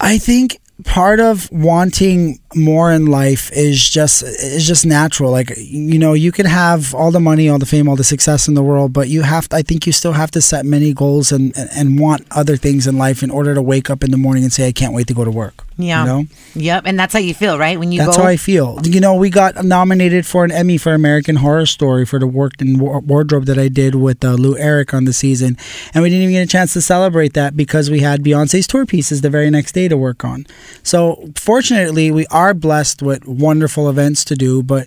Speaker 6: I think part of wanting more in life is just is just natural. Like you know, you can have all the money, all the fame, all the success in the world, but you have. To, I think you still have to set many goals and, and and want other things in life in order to wake up in the morning and say, I can't wait to go to work.
Speaker 2: yeah.
Speaker 6: You know?
Speaker 2: Yep. And that's how you feel, right? When you
Speaker 6: That's
Speaker 2: go.
Speaker 6: how I feel. You know, we got nominated for an Emmy for American Horror Story for the work in wa- wardrobe that I did with uh, Lou Eric on the season, and we didn't even get a chance to celebrate that because we had Beyonce's tour pieces the very next day to work on. So fortunately, we are blessed with wonderful events to do, but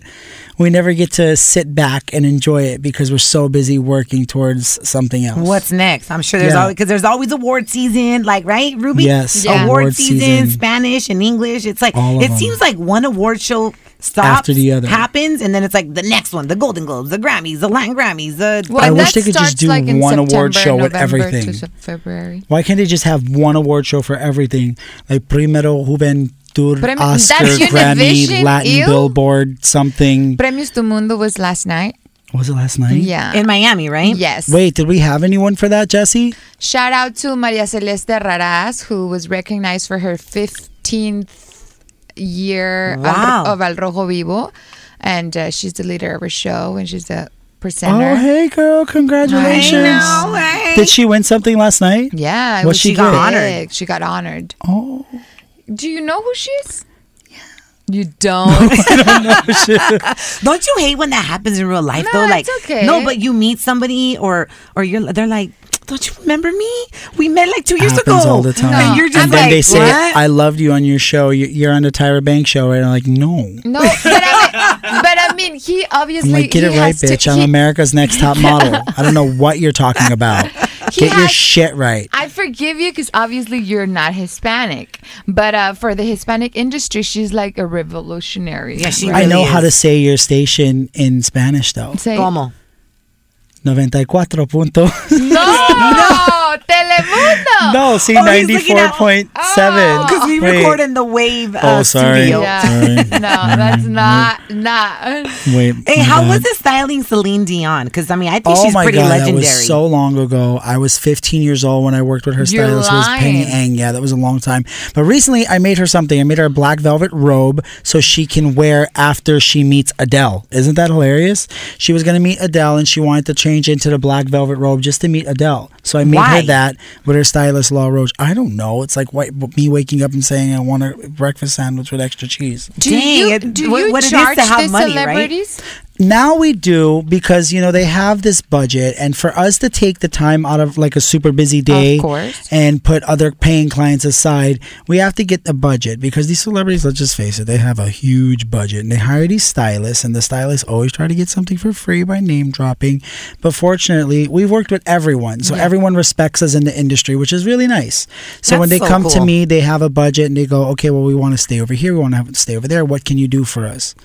Speaker 6: we never get to sit back and enjoy it because we're so busy working towards something else.
Speaker 2: What's next? I'm sure there's
Speaker 6: Yeah.
Speaker 2: always because there's always award season, like right, Ruby.
Speaker 6: Yes,
Speaker 2: award,
Speaker 6: Yeah. award
Speaker 2: season,
Speaker 6: season.
Speaker 2: Spanish and English. It's like
Speaker 6: All of
Speaker 2: it
Speaker 6: them.
Speaker 2: seems like one award show stops
Speaker 6: After the other.
Speaker 2: happens, and then it's like the next one, the Golden Globes, the Grammys, the Latin Grammys, the
Speaker 6: I
Speaker 3: and
Speaker 6: wish
Speaker 3: that
Speaker 6: they could just
Speaker 3: starts,
Speaker 6: do
Speaker 3: like, in
Speaker 6: one
Speaker 3: September,
Speaker 6: award show with
Speaker 3: November to
Speaker 6: everything.
Speaker 3: Sep- February.
Speaker 6: Why can't they just have one award show for everything? Like Primero Juventud,
Speaker 3: Premi- that's
Speaker 6: Oscar, Grammy,
Speaker 3: Univision,
Speaker 6: Latin
Speaker 3: ew.
Speaker 6: Billboard, something.
Speaker 3: Premios du Mundo was last night.
Speaker 6: Was it last night?
Speaker 3: Yeah.
Speaker 2: in Miami, right?
Speaker 3: Yes.
Speaker 6: Mm-hmm. Wait, did we have anyone for that, Jesse?
Speaker 3: Shout out to Maria Celeste Raraz, who was recognized for her 15th year
Speaker 2: Wow.
Speaker 3: Al- of Al Rojo Vivo. And uh, she's the leader of her show, and she's the
Speaker 6: Oh,
Speaker 3: presenter.
Speaker 6: hey, girl, congratulations.
Speaker 2: I know, hey.
Speaker 6: Did she win something last night?
Speaker 3: Yeah. it
Speaker 6: What
Speaker 3: was
Speaker 6: she
Speaker 3: got
Speaker 6: did?
Speaker 3: honored. She got honored.
Speaker 6: Oh,
Speaker 3: Do you know who she is? Yeah. You don't?
Speaker 2: Don't you hate when that happens in real life
Speaker 3: No,
Speaker 2: though? Like
Speaker 3: it's okay.
Speaker 2: no, but you meet somebody or or you're they're like, don't you remember me? We met like two years
Speaker 6: happens
Speaker 2: ago.
Speaker 6: all the time.
Speaker 2: And
Speaker 3: No.
Speaker 2: you're just
Speaker 6: and then
Speaker 2: like,
Speaker 6: they say,
Speaker 2: what?
Speaker 6: I loved you on your show. You- You're on the Tyra Banks show, right? And I'm like, no.
Speaker 3: No, but I mean, but I mean he
Speaker 6: I'm
Speaker 3: obviously
Speaker 6: like, get
Speaker 3: he
Speaker 6: it right,
Speaker 3: has to-
Speaker 6: bitch. I'm
Speaker 3: he-
Speaker 6: America's next top model. I don't know what you're talking about. Get your
Speaker 3: has-
Speaker 6: shit right.
Speaker 3: I forgive you because obviously you're not Hispanic, but uh, for the Hispanic industry, she's like a revolutionary.
Speaker 2: Yeah, she-
Speaker 6: I know
Speaker 2: really
Speaker 6: how
Speaker 2: is.
Speaker 6: to say your station in Spanish though.
Speaker 3: Say,
Speaker 2: Como.
Speaker 6: 94 punto.
Speaker 3: no, no, Telemundo.
Speaker 6: no, see
Speaker 2: Oh, he's looking at-
Speaker 6: 94.7.
Speaker 2: Because we
Speaker 6: Wait.
Speaker 2: record in the wave uh,
Speaker 6: Oh, sorry.
Speaker 2: studio.
Speaker 3: Yeah.
Speaker 6: Sorry.
Speaker 3: no, that's not not.
Speaker 6: Wait.
Speaker 2: Hey,
Speaker 6: my
Speaker 2: how
Speaker 6: bad.
Speaker 2: was the styling Celine Dion? Because I mean, I think
Speaker 6: Mm-hmm. Oh
Speaker 2: she's
Speaker 6: my
Speaker 2: pretty
Speaker 6: god,
Speaker 2: legendary.
Speaker 6: that was so long ago. I was 15 years old when I worked with her
Speaker 3: You're
Speaker 6: stylist was Penny
Speaker 3: lying.
Speaker 6: Ang. Yeah, that was a long time. But recently, I made her something. I made her a black velvet robe so she can wear after she meets Adele. Isn't that hilarious? She was going to meet Adele and she wanted to change into the black velvet robe just to meet Adele. So I made
Speaker 2: Why?
Speaker 6: her that with her stylist Law Roach. I don't know. It's like white, me waking up and saying I want a breakfast sandwich with extra cheese.
Speaker 3: Do
Speaker 2: Dang,
Speaker 3: you
Speaker 2: it-
Speaker 3: do
Speaker 2: what-
Speaker 3: you
Speaker 2: what it is to
Speaker 3: charge
Speaker 2: have
Speaker 3: the
Speaker 2: money, right?
Speaker 3: celebrities?
Speaker 6: Now we do because you know they have this budget, and for us to take the time out of like a super busy day
Speaker 3: Of course.
Speaker 6: and put other paying clients aside, we have to get the budget because these celebrities, let's just face it, they have a huge budget and they hire these stylists, and the stylists always try to get something for free by name dropping. But fortunately, we've worked with everyone, so everyone respects us in the industry, which is really nice. So when they
Speaker 2: That's so
Speaker 6: come to
Speaker 2: cool.
Speaker 6: me, they have a budget and they go, okay, well, we want to stay over here, we want to stay over there. What can you do for us? I'm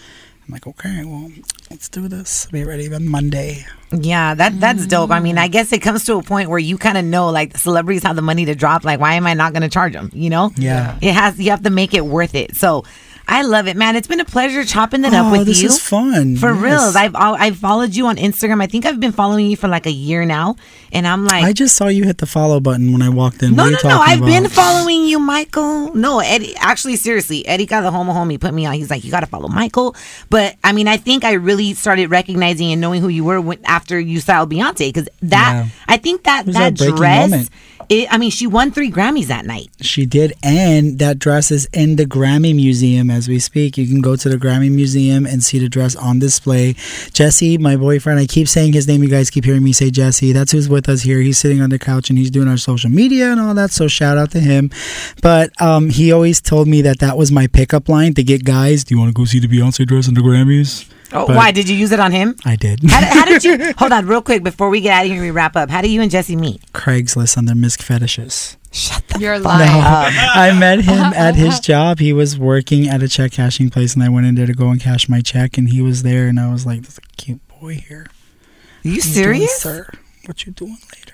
Speaker 6: I'm like, okay, well, let's do this. Be ready by Monday.
Speaker 2: Yeah, that that's dope. I mean,
Speaker 3: Mm.
Speaker 2: I guess it comes to a point where you kind of know, like, the celebrities have the money to drop. Like, why am I not going to charge them? You know?
Speaker 6: Yeah.
Speaker 2: It has. You have to make it worth it. So, I love it, man. It's been a pleasure chopping it up
Speaker 6: Oh,
Speaker 2: with
Speaker 6: this
Speaker 2: you.
Speaker 6: is fun.
Speaker 2: for
Speaker 6: Yes.
Speaker 2: real. I've I'll- I've followed you on Instagram. I think I've been following you for like a year now, and I'm like,
Speaker 6: I just saw you hit the follow button when I walked in.
Speaker 2: no,
Speaker 6: What are
Speaker 2: no,
Speaker 6: you
Speaker 2: no.
Speaker 6: talking
Speaker 2: I've been
Speaker 6: about?
Speaker 2: following you, Michael. No, Eddie. Actually, seriously, Eddie got the homo homie put me on. He's like, you got to follow Michael. But I mean, I think I really started recognizing and knowing who you were when, after you styled Beyonce because that.
Speaker 6: Yeah.
Speaker 2: I think that
Speaker 6: It was
Speaker 2: that
Speaker 6: that breaking
Speaker 2: dress.
Speaker 6: moment.
Speaker 2: It, I mean, she won three Grammys that night.
Speaker 6: She did, and that dress is in the Grammy Museum as we speak. You can go to the Grammy Museum and see the dress on display. Jesse, my boyfriend, I keep saying his name. You guys keep hearing me say Jesse. That's who's with us here. He's sitting on the couch and he's doing our social media and all that. So shout out to him. But um, he always told me that that was my pickup line to get guys. Do you want to go see the Beyonce dress in the Grammys?
Speaker 2: Oh,
Speaker 6: But
Speaker 2: why did you use it on him?
Speaker 6: I did.
Speaker 2: How, did- how did you? hold on, real quick, before we get out of here and we wrap up. How do you and Jesse meet?
Speaker 6: Craigslist under Misc Fetishes.
Speaker 3: You're
Speaker 6: No,
Speaker 3: lying.
Speaker 2: Uh,
Speaker 6: I met him at his job. He was working at a check cashing place, and I went in there to go and cash my check, and he was there, and I was like, "There's a cute boy here."
Speaker 2: Are you
Speaker 6: What you doing,
Speaker 2: serious?
Speaker 6: sir? What you doing later?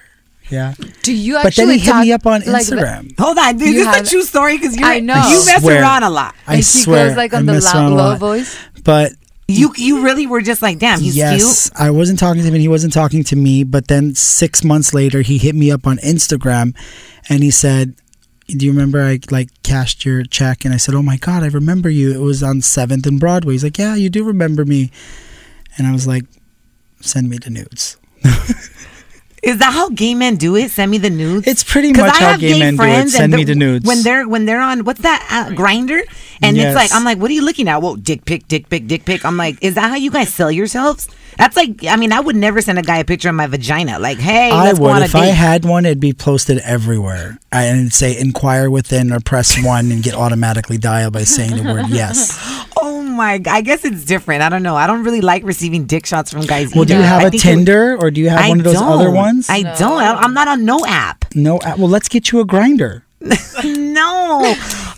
Speaker 6: Yeah,
Speaker 3: Do you
Speaker 6: but then
Speaker 3: actually
Speaker 6: he hit me
Speaker 3: talk
Speaker 6: up on
Speaker 3: like that?
Speaker 6: Instagram.
Speaker 2: Hold on, dude.
Speaker 3: You
Speaker 2: this
Speaker 3: have-
Speaker 2: is a true story because you
Speaker 3: I know. I
Speaker 2: you mess
Speaker 6: swear.
Speaker 2: around a lot.
Speaker 6: I
Speaker 3: and she
Speaker 6: swear,
Speaker 3: goes like
Speaker 6: I
Speaker 3: on the
Speaker 6: mess
Speaker 3: loud,
Speaker 6: around a
Speaker 3: low
Speaker 6: lot.
Speaker 3: voice.
Speaker 6: But
Speaker 2: You you really were just like, damn, he's
Speaker 6: yes, I wasn't talking to him, and he wasn't talking to me. But then six months later, he hit me up on Instagram, and he said. Do you remember I like cashed your check and I said, "Oh my god, I remember you. It was on 7th and Broadway." He's like, "Yeah, you do remember me." And I was like, "Send me the nudes."
Speaker 2: cute. Is that how gay men do it? Send me the nudes.
Speaker 6: It's pretty
Speaker 2: 'Cause
Speaker 6: much
Speaker 2: I
Speaker 6: how
Speaker 2: have
Speaker 6: gay, men do it.
Speaker 2: friends and
Speaker 6: Send me
Speaker 2: they're-
Speaker 6: the nudes.
Speaker 2: when they're when they're on what's that uh, grinder, and it's
Speaker 6: Yes.
Speaker 2: like I'm like, what are you looking at? Well, dick pic, dick pic, dick pic. I'm like, is that how you guys sell yourselves? That's like, I mean, I would never send a guy a picture of my vagina. Like, hey,
Speaker 6: I
Speaker 2: let's go on
Speaker 6: would
Speaker 2: a
Speaker 6: if I
Speaker 2: date.
Speaker 6: had one, it'd be posted everywhere. I and say inquire within or press one and get automatically dialed by saying the word yes.
Speaker 2: oh my, g- I guess it's different. I don't know. I don't really like receiving dick shots from guys.
Speaker 6: Well, do you
Speaker 2: either.
Speaker 6: have
Speaker 2: I
Speaker 6: a
Speaker 2: think it would-
Speaker 6: Tinder or do you have
Speaker 2: I
Speaker 6: one of those other
Speaker 2: don't.
Speaker 6: ones?
Speaker 2: I don't. I- I'm not on no app.
Speaker 6: no. uh, Well, let's get you a grinder.
Speaker 2: No,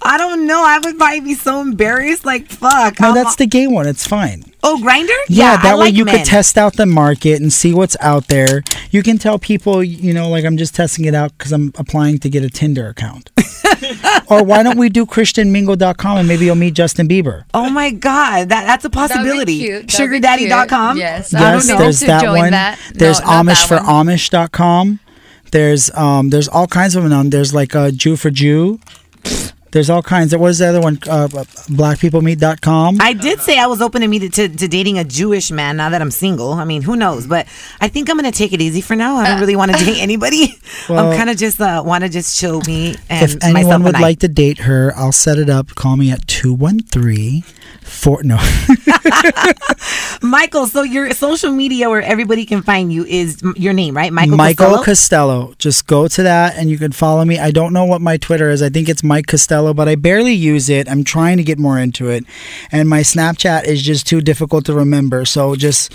Speaker 2: I don't know. I would probably be so embarrassed. Like, fuck.
Speaker 6: No,
Speaker 2: I'm-
Speaker 6: that's the gay one. It's fine.
Speaker 2: oh grinder.
Speaker 6: Yeah, that
Speaker 2: I
Speaker 6: way
Speaker 2: like
Speaker 6: you
Speaker 2: men.
Speaker 6: could test out the market and see what's out there. You can tell people, you know, like I'm just testing it out because I'm applying to get a Tinder account. or why don't we do ChristianMingle.com and maybe you'll meet Justin Bieber?
Speaker 2: Oh my god, that that's a possibility.
Speaker 3: cute. That would be
Speaker 2: Sugardaddy.com.
Speaker 3: cute. Yes. I
Speaker 6: Yes,
Speaker 3: don't know.
Speaker 6: there's
Speaker 3: To
Speaker 6: that
Speaker 3: join
Speaker 6: one.
Speaker 3: that.
Speaker 6: There's
Speaker 3: No, not
Speaker 6: Amish
Speaker 3: that
Speaker 6: for
Speaker 3: one.
Speaker 6: Amish.com. There's um there's all kinds of them on. There's like a Jew for Jew. There's all kinds. What is the other one? Uh, blackpeoplemeet.com.
Speaker 2: I did say I was open to me to, to dating a Jewish man now that I'm single. I mean, who knows? But I think I'm gonna take it easy for now. I don't really want to date anybody.
Speaker 6: Well-
Speaker 2: I'm kind of just uh, want to just chill me and
Speaker 6: If
Speaker 2: myself
Speaker 6: anyone would
Speaker 2: and I.
Speaker 6: like to date her, I'll set it up. Call me at 213 4 no.
Speaker 2: Michael, so your social media where everybody can find you is m- your name, right? Michael.
Speaker 6: Michael
Speaker 2: Costello?
Speaker 6: Costello. Just go to that and you can follow me. I don't know what my Twitter is. I think it's Mike Costello, but I barely use it. I'm trying to get more into it. And my Snapchat is just too difficult to remember. So just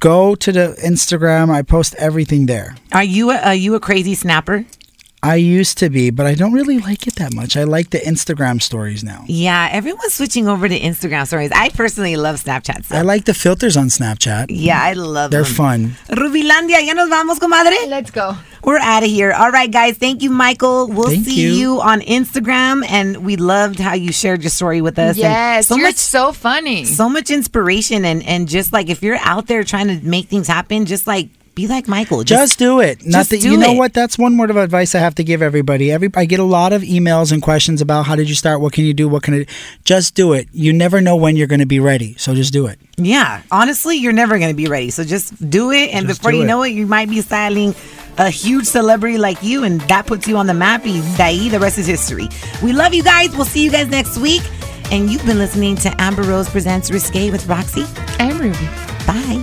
Speaker 6: go to the Instagram. I post everything there.
Speaker 2: Are you a, are you a crazy snapper?
Speaker 6: I used to be, but I don't really like it that much. I like the Instagram stories now.
Speaker 2: Yeah, everyone's switching over to Instagram stories. I personally love Snapchat. So.
Speaker 6: I like the filters on Snapchat.
Speaker 2: yeah, I love
Speaker 6: They're
Speaker 2: them.
Speaker 6: fun.
Speaker 2: Rubilandia, ya nos vamos, comadre.
Speaker 3: Let's go.
Speaker 2: We're out of here. All right, guys. Thank you, Michael. We'll
Speaker 6: Thank
Speaker 2: see you.
Speaker 6: you.
Speaker 2: on Instagram, and we loved how you shared your story with us. and
Speaker 3: Yes,
Speaker 2: so
Speaker 3: you're
Speaker 2: much,
Speaker 3: so funny.
Speaker 2: so much inspiration, and and just like if you're out there trying to make things happen, just like be like Michael.
Speaker 6: Just do it. Not
Speaker 2: just
Speaker 6: that
Speaker 2: do
Speaker 6: you know
Speaker 2: it.
Speaker 6: what. That's one word of advice I have to give everybody. Every I get a lot of emails and questions about how did you start? What can you do? What can I? Just do it. You never know when you're going to be ready, so just do it.
Speaker 2: Yeah, honestly, you're never going to be ready. So just do it. And
Speaker 6: Just
Speaker 2: before
Speaker 6: do
Speaker 2: you
Speaker 6: it.
Speaker 2: know it, you might be styling a huge celebrity like you, and that puts you on the map. And daí, the rest is history. We love you guys. We'll see you guys next week. And you've been listening to Amber Rose Presents Risque with Roxy.
Speaker 3: I'm Ruby.
Speaker 2: Bye.